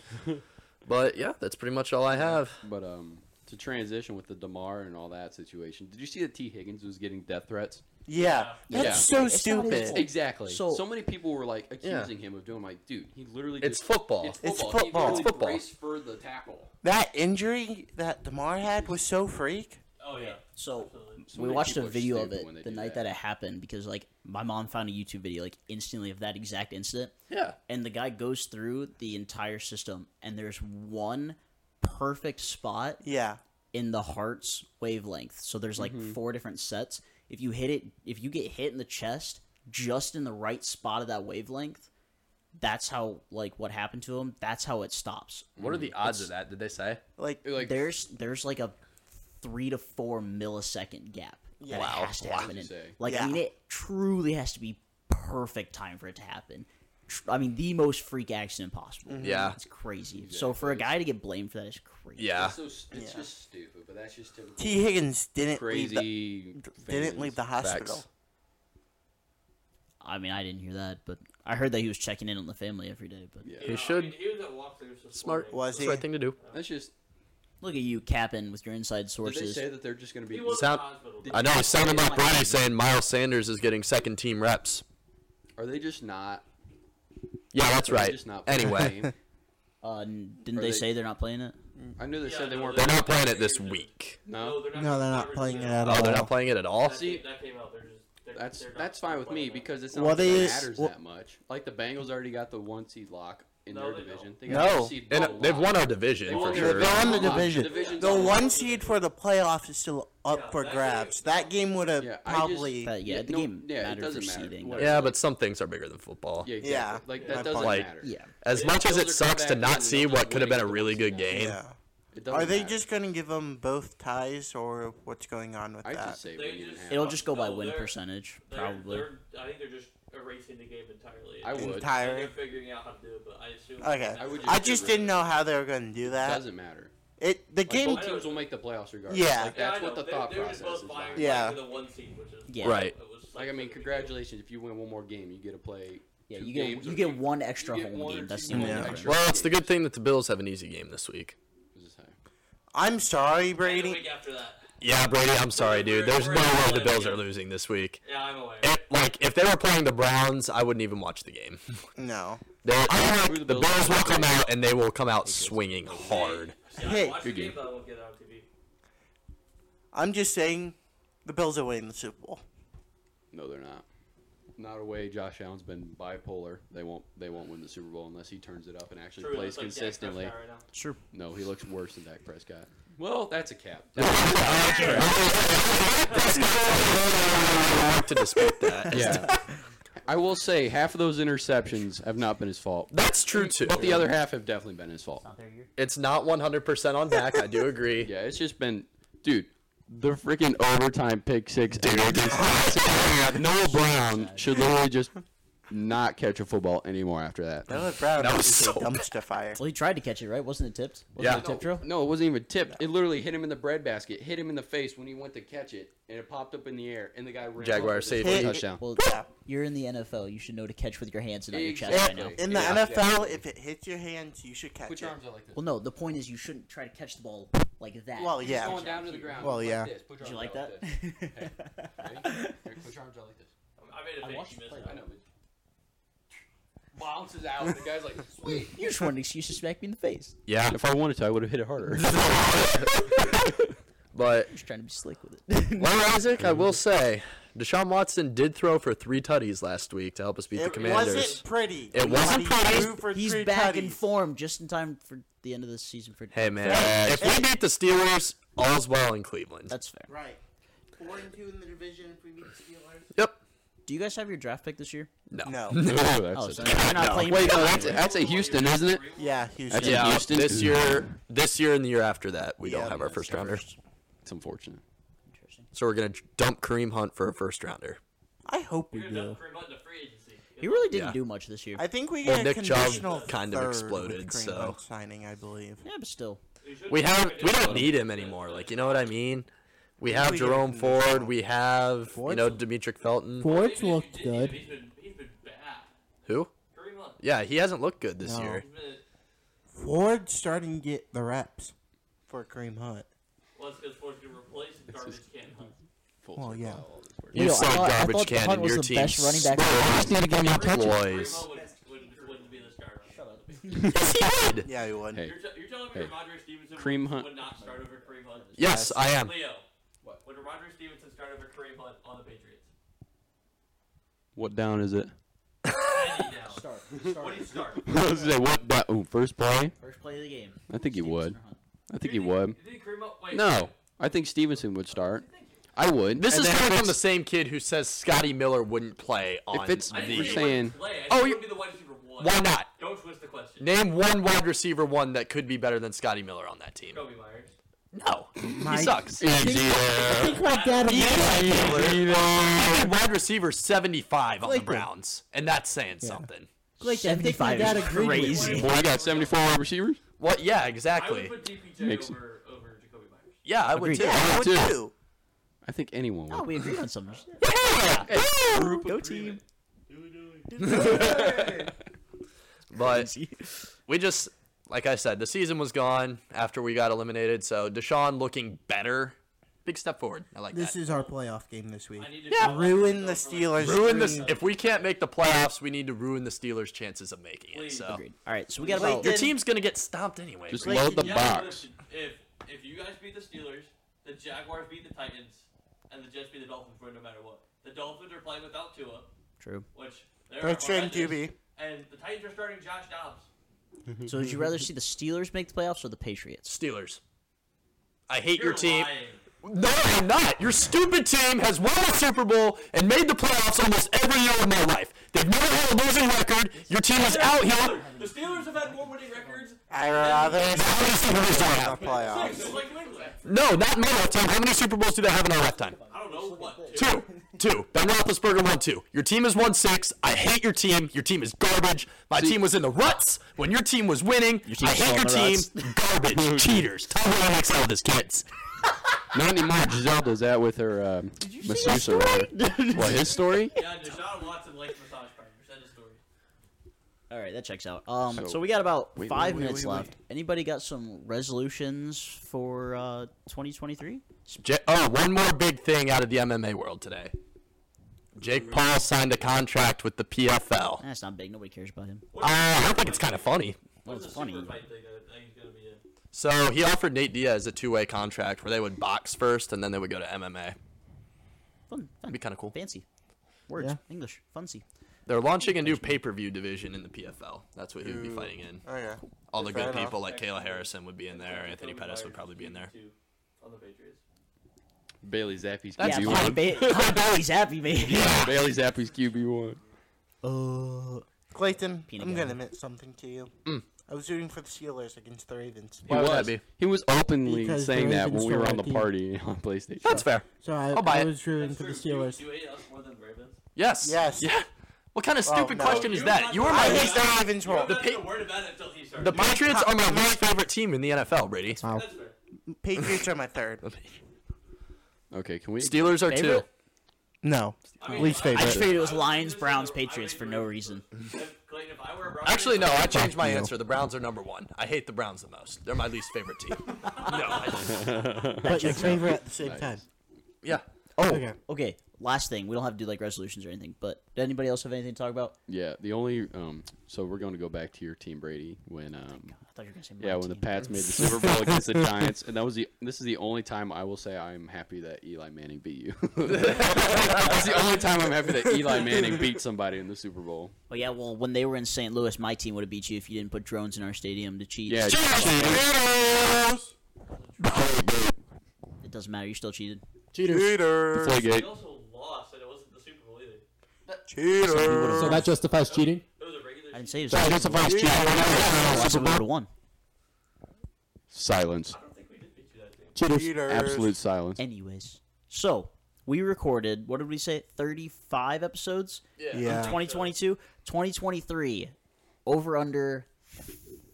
C: but yeah, that's pretty much all I have.
E: But um, to transition with the Demar and all that situation, did you see that T Higgins was getting death threats?
B: Yeah.
E: Yeah.
B: That's so
A: It's not his
B: stupid.
A: fault.
E: Exactly. So,
A: So-
E: many people were like
C: Oh, Yeah.
E: accusing him of doing like, dude, he literally
C: It's
E: just-
C: football.
B: It's
E: He
B: football.
E: literally
C: It's football.
E: braced for the tackle.
B: That injury that Demar had was so freak.
D: Oh, yeah.
A: So
D: Absolutely.
E: So
A: we
E: many
A: watched a
E: people are
A: video of
E: stupid
A: it
E: when they
A: the
E: do
A: night that. it happened because like my mom found a YouTube video like instantly of that exact incident,
C: Yeah.
A: and the guy goes through the entire system, and there's one perfect spot
B: Yeah.
A: in the heart's wavelength. So there's like
C: Mm-hmm.
A: four different sets. If you hit it, if you get hit in the chest, just in the right spot of that wavelength, that's how like what happened to him. That's how it stops. Mm-hmm.
C: What are the odds of that? Did they say?
B: Like
E: Like
A: there's there's like a three to four millisecond gap that
C: Wow.
A: has to
C: Wow.
A: happen. in.
E: Say.
A: Like I mean,
B: Yeah.
A: it truly has to be perfect time for it to happen. tr- I mean, the most freak accident possible.
C: Mm-hmm. Yeah.
A: It's crazy. So for a guy to get blamed for that is crazy.
C: Yeah.
E: It's, so, s- it's
B: Yeah.
E: just stupid, but that's just typical
B: T. Higgins didn't leave the,
E: crazy.
B: didn't leave the hospital.
C: Facts.
A: I mean, I didn't hear that, but I heard that he was checking in on the family every day. But
E: Yeah.
C: He should.
D: I mean, he was at walkthroughs this
C: Smart.
D: morning.
B: Was
C: That's
B: he?
C: the right thing to do.
E: That's just.
A: look at you capping with your inside
E: Did they
A: sources.
E: say that they're just going to be?
D: He was
C: Sound-
D: at the hospital.
C: I know. It sounded like Brady saying Miles Sanders is getting second team reps.
E: Are they just not?
C: Yeah, that's
E: are they
C: right.
E: Just not playing the
C: Anyway,
E: game?
A: Uh, n- didn't
E: Are
A: they,
E: they-
A: say they're not playing it?
E: I knew they
D: Yeah,
E: said they
D: no,
E: weren't.
C: they're not playing it this week.
E: No,
D: they're not.
B: No, they're not playing it
D: reviewing
B: at all.
C: Oh, they're not playing it at all.
D: That,
E: See-
D: that came out. They're just. They're,
E: that's
D: they're not
E: that's fine with
D: playing
E: me
D: it.
E: because it's not
B: What
E: like it
B: is-
E: matters
B: what-
E: that much. Like the Bengals already got the one seed lock in
D: No,
E: their
D: they don't.
E: division. They got
B: No.
E: one seed
C: And uh,
E: by a
C: they've
E: lot.
C: won our division
E: oh, won
C: for
E: their
C: sure.
B: They're on the
E: division.
B: division.
E: Division's
B: The
E: on
B: one seed for the playoffs is still up
D: Yeah,
B: for
D: that
B: grabs.
D: game-
B: That game would have
E: Yeah, I just-
B: probably. uh,
A: But yeah,
E: Yeah,
A: the
E: no,
A: game
E: yeah, it
A: mattered
E: doesn't
A: for
E: matter.
A: seeding.
E: Whatever.
C: Yeah, but some things are bigger than football.
E: Yeah, exactly.
B: Yeah.
E: like
B: My
E: that doesn't
B: point.
E: matter.
A: Yeah.
C: As
E: Yeah,
C: much as
E: those
C: it
E: are
C: sucks to
E: comebacks
C: not
E: and
C: see
E: they'll
C: what
E: be
C: could have been a
E: winning
C: really
E: the
C: good
E: most
C: game.
B: yeah.
E: It doesn't
B: Are they
E: matter.
B: just going to give them both ties, or what's going on with
E: I
B: that?
E: just say
D: They
E: win even
D: just-
E: half.
A: It'll just go by
D: No,
A: win
D: they're-
A: percentage,
D: They're,
A: probably.
D: They're, I think they're just erasing the game entirely.
E: I would.
D: And
B: Entire.
D: They're figuring out how to do it, but I assume.
B: Okay.
E: I would
B: I
E: just
B: just
E: get rid
B: didn't know how they were going to do
E: It
B: that.
E: doesn't matter.
B: It the
E: Like,
B: Uh, game.
E: both teams will make the playoffs regardless.
B: Yeah.
E: Like,
D: Yeah,
E: that's
D: I
E: what
D: know.
E: the
D: They-
E: thought
D: they were
E: process
D: just
E: is.
D: both vying
E: behind.
B: Yeah.
D: for the one seed, which is
A: Yeah.
C: Right.
D: It was
E: Like I mean,
D: such a big
E: congratulations if you win one more game, you get to play.
A: Yeah,
E: two
A: you get
E: games
A: you
E: or
A: get
E: two-
A: one extra
E: you get
A: home
E: one or
A: game. That's
E: two
A: the only
E: more
B: Yeah.
A: difference.
E: extra
C: Well, it's the
E: games.
C: good thing that the Bills have an easy game this week.
E: This is how-
B: I'm sorry,
D: deal. And the
B: Brady.
D: week after that.
C: Yeah, Brady, I'm sorry, dude. There's no way the Bills are losing this week.
D: Yeah, I'm aware.
C: It, like, if they were playing the Browns, I wouldn't even watch the game.
B: No.
C: They, I
E: Who the
C: think the
E: Bills
C: Bills
E: are?
C: will come out and they will come out swinging hard.
D: Yeah,
B: Hey.
D: I watched the
E: Good
D: game,
E: game.
D: but I won't get it on TV.
B: I'm just saying, the Bills are winning the Super Bowl.
E: No, they're not. Not away. Josh Allen's been bipolar. They won't. They won't win the Super Bowl unless he turns it up and actually
D: True,
E: plays
D: that's like Dak
E: consistently.
D: Prescott right now.
A: Sure.
E: no, he looks worse than Dak Prescott. Well, that's a cap.
C: I like to dispute that.
E: yeah. I will say half of those interceptions have not been his fault,
C: That's true too.
E: but the other half have definitely been his fault.
C: It's not 100% on Dak. I do agree.
E: Yeah, it's just been, dude. The freaking overtime pick six. Noah Brown should literally just not catch a football anymore after that.
B: Noah Brown
C: That was
B: is a
C: so bad.
B: dumpster fire.
A: Well, he tried to catch it, right? Wasn't it tipped? Wasn't
C: Yeah.
A: it tipped, Joe?
E: No, it wasn't even tipped. It literally hit him in the breadbasket, hit him in the face when he went to catch it, and it popped up in the air, and the guy ran.
C: Jaguar
E: over
C: safety.
E: the touchdown.
A: Well,
B: Yeah.
A: you're in the NFL. You should know to catch with your hands and not your chest
E: Exactly.
A: right now.
B: In the
E: Yeah.
B: NFL, if it hits your hands, you should catch
E: Put
B: it.
E: your arms out like this.
A: Well, no. The point is, you shouldn't try to catch the ball like that.
B: Well,
E: Just
B: yeah.
E: Going down to the ground.
B: Well,
E: like
B: yeah.
E: this. Put your
A: Did you
E: arms
A: like
E: out
A: that?
E: this. Okay. Ready? Here, Put your arms out like this.
D: I made a
A: I
D: big
A: watched the
D: miss.
A: play,
E: I know. but- Bounces out. The guy's like, sweet.
A: you just want an excuse to smack me in the face.
C: Yeah.
E: If I wanted to, I would have hit it harder.
C: But
A: Just trying to be slick with it.
C: Well, Isaac, I will say, Deshaun Watson did throw for three tutties last week to help us beat the
B: It
C: Commanders.
B: wasn't pretty.
C: It wasn't
B: Nobody
C: pretty.
B: threw for
A: He's
B: three
A: back in
B: tutties.
A: form just in time for the end of the season. For
C: Hey man, if we beat the Steelers, all's well in Cleveland.
A: that's fair.
B: Right. Four and two in the division if we beat the Steelers.
C: Yep.
A: Do you guys have your draft pick this year?
C: No.
B: No.
A: Oh, so you're not
C: No.
A: playing.
E: Wait, no, that's, that's a Houston, isn't it?
B: Yeah, Houston.
E: Yeah.
C: Yeah.
E: Houston?
C: This year, this year and the year after that, we
B: Yeah,
C: don't have our
B: that's
C: first
B: the
C: rounder,
E: It's unfortunate.
A: Interesting.
C: so we're gonna dump Kareem Hunt for a first rounder.
B: I hope we
D: You're
B: do.
D: done for about the free agency.
A: He really didn't
C: Yeah.
A: do much this year.
B: I think we
C: Well,
B: get a
C: Nick Chubb
B: conditional
C: kind of
B: third
C: exploded,
B: with Kareem
C: so-
B: Hunt signing, I believe.
A: yeah, but still.
D: You should-
C: We have, we
D: Yeah.
C: don't need him anymore. Like you know what I mean? We have
B: We get
C: Jerome
B: him.
C: Ford. We have you know
B: Ford's-
C: Demetric Felton.
D: Even if
J: Ford's
D: you
J: looked
D: did need him,
J: good.
D: He's been, he's been bad.
C: Who?
D: Kareem Hunt.
C: Yeah, he hasn't looked good this
B: No.
C: year.
D: He's been-
B: Ford starting to get the reps for Kareem Hunt.
D: Well, it's because Ford's going to replace garbage can Hunt.
E: Full
B: Well,
E: circle,
B: yeah.
E: all of this work.
C: You
A: Yo, I
C: said
A: thought- I
C: garbage
A: thought the
C: can
A: Hunt
C: and
A: was
C: your
A: the
C: team.
A: best running back.
D: Kareem
C: Boys.
D: Hunt would, would, wouldn't be this guy.
C: Yes, he did.
B: Yeah, he would.
E: Hey.
D: You're, t- you're telling me
E: Hey.
D: Ramondre Stevenson
E: Kareem
D: would,
E: Hunt-
D: would not start over Kareem Hunt?
C: Yes, I am.
D: Leo, what? would Ramondre Stevenson start over Kareem Hunt on the Patriots?
E: What down is it?
D: Any down. Start. What do you start? Do
E: I was gonna say, what down? Ooh, first play?
A: First play of the game.
E: I think he would. I think he
D: you
E: would.
D: You think Kareem Hunt? Wait.
E: No, I think Stevenson would start. I would.
C: This
E: And
C: is
E: then
C: coming
E: if
C: from the
E: it's-
C: same kid who says Scotty Miller wouldn't play on
E: it's-
D: I
E: I
D: didn't
E: You're
D: say
C: the.
D: he
E: saying-
D: wouldn't play. I
C: Oh,
D: said he
C: you-
D: would be the wide receiver one.
C: Why not?
D: Don't twist the question.
C: Name one wide receiver one that could be better than Scotty Miller on that team.
D: Kobe Myers.
C: No, he sucks.
J: I think like that again.
C: Miller. Wide receiver seventy-five on the Browns, and that's saying something.
A: Like
K: I think my
A: 75
K: dad
A: is
K: agreed with me.
A: crazy.
E: Boy, you got 74 wide receivers?
C: What? Yeah,
D: I would
C: exactly.
D: put DPJ
E: Makes-
D: over, over Jacoby Myers.
C: Yeah, I would
A: Agreed.
C: too.
B: I would
E: too.
B: too.
E: I think anyone
A: No,
E: would.
A: Oh, we agreed on something. Go team.
C: But we just, like I said, the season was gone after we got eliminated. So Deshaun looking better, big step forward. I like
B: This
C: that.
B: is our playoff game this week.
D: I need to
C: Yeah.
D: call
B: Ruin the
D: myself for, like,
B: Steelers.
C: ruin this. If we can't make the playoffs, we need to ruin the Steelers' chances of making it.
D: Please.
C: So
A: Agreed. All right, so we got
B: Wait,
A: about
C: your team's gonna get stomped anyway.
E: Just
C: bro.
E: load the
D: Yeah,
E: box.
D: listen, If if you guys beat the Steelers, the Jaguars beat the Titans, and the Jets beat the Dolphins for no matter what. The Dolphins are playing without Tua,
A: true.
D: which
B: They're
D: they're horrendous,
B: starting QB.
D: and the Titans are starting Josh Dobbs.
A: So would you rather see the Steelers make the playoffs or the Patriots?
C: Steelers. I hate your
D: You're
C: team.
D: lying.
C: No, I'm not. Your stupid team has won the Super Bowl and made the playoffs almost every year of my life. They've never had a losing record. Your team is out here.
D: The Steelers have had more winning records.
B: I rather
C: How many Super Bowls do they
B: the
C: have?
B: playoffs.
D: Six, like New England.
C: No, not in my lifetime. How many Super Bowls do they have in our lifetime?
D: I don't know what. Two.
C: Two. Two. Ben Roethlisberger won two. Your team has won six. I hate your team. Your team is garbage. My team was in the ruts when your team was winning.
A: team's
C: I hate your
A: still in
C: team.
A: the
C: Garbage. Cheaters. Tell me what next out this kids.
E: Not anymore. Giselle does that with her um, masseuse or whatever. What, his story?
D: Yeah, Deshaun Watson likes massage partners. That is story.
A: All right, that checks out. Um, so,
E: So-
A: we got about
E: Wait,
A: five
E: wait, wait,
A: minutes
E: wait,
A: left. Anybody got some resolutions for uh 2023?
C: J- oh, one more big thing out of the MMA world today. Jake Paul signed a contract with the PFL.
A: That's not big. Nobody cares about him.
C: Uh, I think it's kind of funny.
A: Well,
D: What's
A: it's
D: the
A: funny.
D: super fight thing that I think he's gonna be in?
C: So he offered Nate Diaz a two-way contract where they would box first and then they would go to MMA.
A: Fun, fun,
C: That'd be kind of cool.
A: fancy. Words,
B: Yeah.
A: English, fancy.
C: They're launching a new pay-per-view division in the PFL. That's what he would be fighting in.
B: Okay.
C: All the
B: Fair
C: good
B: enough.
C: people like Kayla Harrison would be in there. Anthony
D: Jacoby
C: Pettis would
D: Myers
C: probably be in there.
D: two On the Patriots.
E: Bailey Zappi's
C: That's
E: QB1.
C: You
A: yeah,
C: fine.
A: Tom,
C: want-
A: ba- Tom Bailey's happy, baby.
E: Bailey Zappi's QB1.
A: Uh,
B: Clayton,
A: Peanut
B: I'm gonna
A: gallery.
B: admit something to you.
C: Mm.
B: I was rooting for the Steelers against the Ravens,
E: He
C: Why would that
E: was.
C: be?
E: He was openly
B: Because
E: saying
B: the
E: that when
B: Ravens
E: we
B: were
E: were
B: our
E: on the
B: team.
E: party on PlayStation.
C: That's fair.
B: so I,
C: I'll buy
B: I
C: it.
B: was rooting for the
D: That's true.
B: Steelers.
D: You, you ate us more than the Ravens.
C: Yes.
B: Yes.
C: Yeah. What kind of
B: Well,
C: stupid
B: no.
C: question is
D: You're
C: that?
D: not
C: You are
D: the-
C: my
B: I
D: I
B: think
C: least.
B: the
D: think-
B: Ravens were
D: I'm
C: The
D: not
C: pa-
D: gonna word about it until he starts.
C: The Patriots are my least favorite team in the NFL, Brady.
B: Wow.
D: That's fair.
B: Patriots are my third.
E: Okay, can we?
C: Steelers are two.
A: Favorite?
B: No,
D: I mean,
B: least
D: I-
A: I
B: favorite.
A: just figured it was
D: I-
A: Lions,
D: I-
A: Browns,
D: I-
A: Patriots for no reason.
D: If- Clayton, if I were a Browns
C: Actually, no,
D: fan,
C: I changed my
B: you.
C: answer. The Browns are number one. I hate the Browns the most. They're my least favorite team. no, I don't.
B: but your favorite at the same
E: Nice.
B: time.
C: Yeah.
A: Oh,
B: Okay.
A: okay. Last thing, we don't have to do like resolutions or anything. But did anybody else have anything to talk about?
E: Yeah, the only um, so we're going to go back to your team, Brady. When um,
A: I thought you were gonna say.
E: yeah,
A: my
E: when the
A: team.
E: Pats made the Super Bowl against the Giants, and that was the this is the only time I will say I'm happy that Eli Manning beat you. That's the only time I'm happy that Eli Manning beat somebody in the Super Bowl.
A: Oh yeah, well when they were in St. Louis, my team would have beat you if you didn't put drones in our stadium to cheat.
E: Yeah,
A: It doesn't matter. You still cheated.
B: Cheaters.
E: Playgate.
D: They also lost, and it wasn't the Super Bowl either.
B: Cheaters.
K: So that justifies cheating?
D: It was a regular.
A: I didn't
D: season.
A: say it was.
K: That justifies cheating.
A: Otherwise, we would have won.
E: Silence.
D: I don't think we did beat you that team.
K: Cheaters.
B: Cheaters.
E: Absolute silence.
A: Anyways, so we recorded. What did we say? Thirty-five episodes.
B: Yeah.
A: 2022, 2023, over under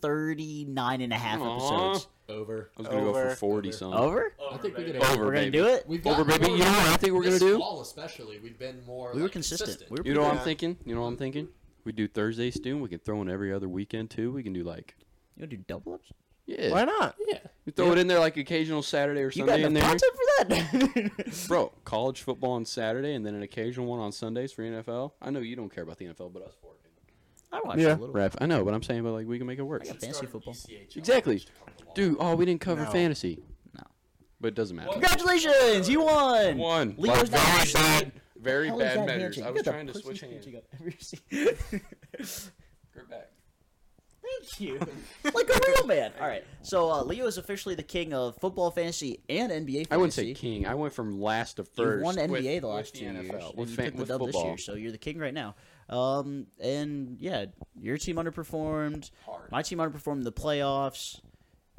A: 39 and a half
E: Aw.
A: episodes.
L: Over.
E: I was gonna go
B: Over.
E: for forty something.
A: Over?
D: Over,
L: I think we
D: baby.
L: could
E: Over,
A: We're going to
E: baby.
A: do it?
L: We've
E: Over,
L: gotten
E: baby.
L: more
E: You know what I think we're
L: this
E: gonna do?
L: Fall especially, we've been more.
A: We were
L: like,
A: consistent. We were
E: You know what I'm
B: Yeah.
E: thinking? You know what I'm thinking? We do Thursdays soon. We can throw in every other weekend too. We can do like
A: You want to do double ups?
E: yeah.
B: Why not?
E: Yeah. We throw it in there like occasional Saturday or
A: You got
E: Sunday in
A: enough
E: there.
A: content for that?
E: Bro, college football on Saturday and then an occasional one on Sundays for NFL. I know you don't care about the NFL, but us four. do.
A: I watched
B: Yeah.
A: a little
E: Ref, I know, but I'm saying, but like we can make it work.
A: bit of fantasy football.
E: Exactly, dude. Oh, we didn't cover
B: No.
E: fantasy.
A: No.
E: but it doesn't matter.
A: Congratulations! You won!
E: One,
A: Leo's
E: like,
A: not
E: very
A: actually-
E: bad, very
A: How is
E: bad
A: that
E: measures.
A: handshake?
E: I
A: You
E: was
A: got the
E: trying to
A: pussiest
E: switch hands.
A: handshake I've ever seen.
E: We're back.
A: Thank you. like a real man. All right. So uh, Leo is officially the king of football fantasy and NBA fantasy.
E: I wouldn't say king. I went from last to first.
A: You've won
E: with-
A: NBA the
E: with
A: last two
E: NFL,
A: years.
E: With,
A: and you
E: fan-
A: took the
E: with
A: dub this
E: football.
A: year, so you're the king right now. Um, and yeah, your team underperformed. My team underperformed in the playoffs.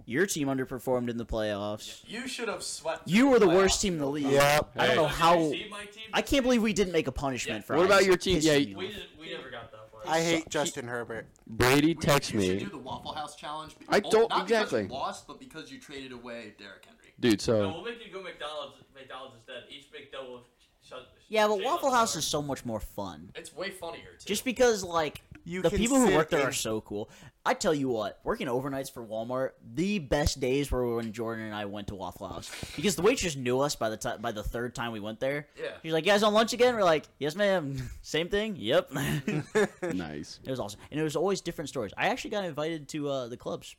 A: Your team underperformed in the playoffs.
C: You should have swept.
A: You were the worst team in the league.
B: Yep.
A: I don't know
D: Did you
A: how.
D: see my team?
A: I can't believe we didn't make a punishment
D: Yeah.
A: for.
E: What about
A: Isaac
E: your team?
A: pissing
E: Yeah,
A: me
D: We
A: off.
D: didn't. We never got that far.
B: I hate Justin Herbert.
M: Brady
C: We-
M: text
C: you should
M: me,
C: do the Waffle House challenge. be-
M: I
C: oh,
M: don't-
C: not
M: exactly.
C: Because you lost, but because you traded away Derrick Henry.
M: dude. So
D: No, we'll make you go McDonald's. McDonald's instead. Each McDouble. sh- Shut,
A: Yeah, but
D: shake
A: Waffle
D: on
A: House
D: the
A: is so much more fun.
C: It's way funnier too.
A: Just because, like,
B: You
A: the
B: can
A: people who
B: sit
A: work there are
B: in-
A: so cool. I tell you what, working overnights for Walmart, the best days were when Jordan and I went to Waffle House because the waitress knew us by the time by the third time we went there.
C: Yeah.
A: She's like, "You guys on lunch again?" We're like, "Yes, ma'am." Same thing. Yep. it
M: nice.
A: was awesome, and it was always different stories. I actually got invited to uh, the clubs.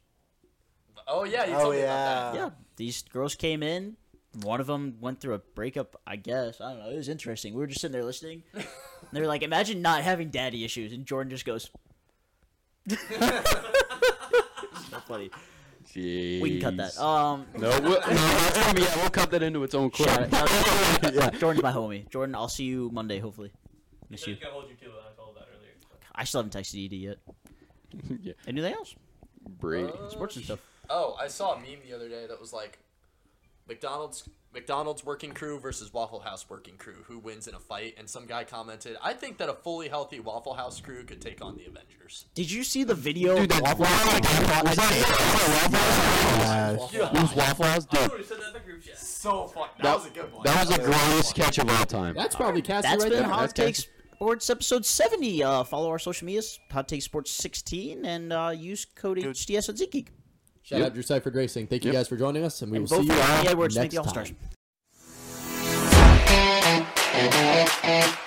C: Oh yeah, you
B: Oh,
C: told me about
B: yeah.
C: that.
A: yeah, these girls came in. One of them went through a breakup, I guess. I don't know. It was interesting. We were just sitting there listening. and they were like, imagine not having daddy issues. And Jordan just goes, so funny. We can cut that.
M: Jeez.
A: Um,
M: no, we'll, no, that's gonna be- yeah, we'll cut that into its own clip.
A: shout out-
M: Yeah.
A: Jordan's my homie. Jordan, I'll see you Monday, hopefully.
D: floor.
A: Miss
D: Said
A: you.
D: I could hold you to it. I told that earlier.
A: I still haven't texted Edie yet.
M: Yeah.
A: Anything else?
M: Brady.
A: Sports and stuff.
C: Oh, I saw a meme the other day that was like, McDonald's McDonald's working crew versus Waffle House working crew. Who wins in a fight? And some guy commented, "I think that a fully healthy Waffle House crew could take on the Avengers."
A: Did you see the video?
M: Dude,
A: of
M: that's
A: Waffle House?
M: wild. Was that-
B: Uh,
C: Waffle
M: Who's Waffle House?
D: I
M: Dude,
D: totally said that in the group chat.
C: So fun. That,
M: That-
C: was a good one.
M: that was the
C: a
M: greatest catch of all time.
G: That's probably Cassie
A: That's
G: right
A: been
G: there.
A: Hot
M: That's
A: Takes
M: catchy.
A: Sports episode 70. Uh, follow our social medias, Hot Takes Sports 16, and uh, use code
B: Dude.
A: HTS on ZKeek.
G: Shout out Drew Cypher Racing. Thank you
M: Yep.
G: guys for joining us, and we
A: And
G: will
A: vote
G: see
A: for
G: you
A: Anthony
G: all
A: Edwards to make
G: next
A: the All-Stars.
G: time.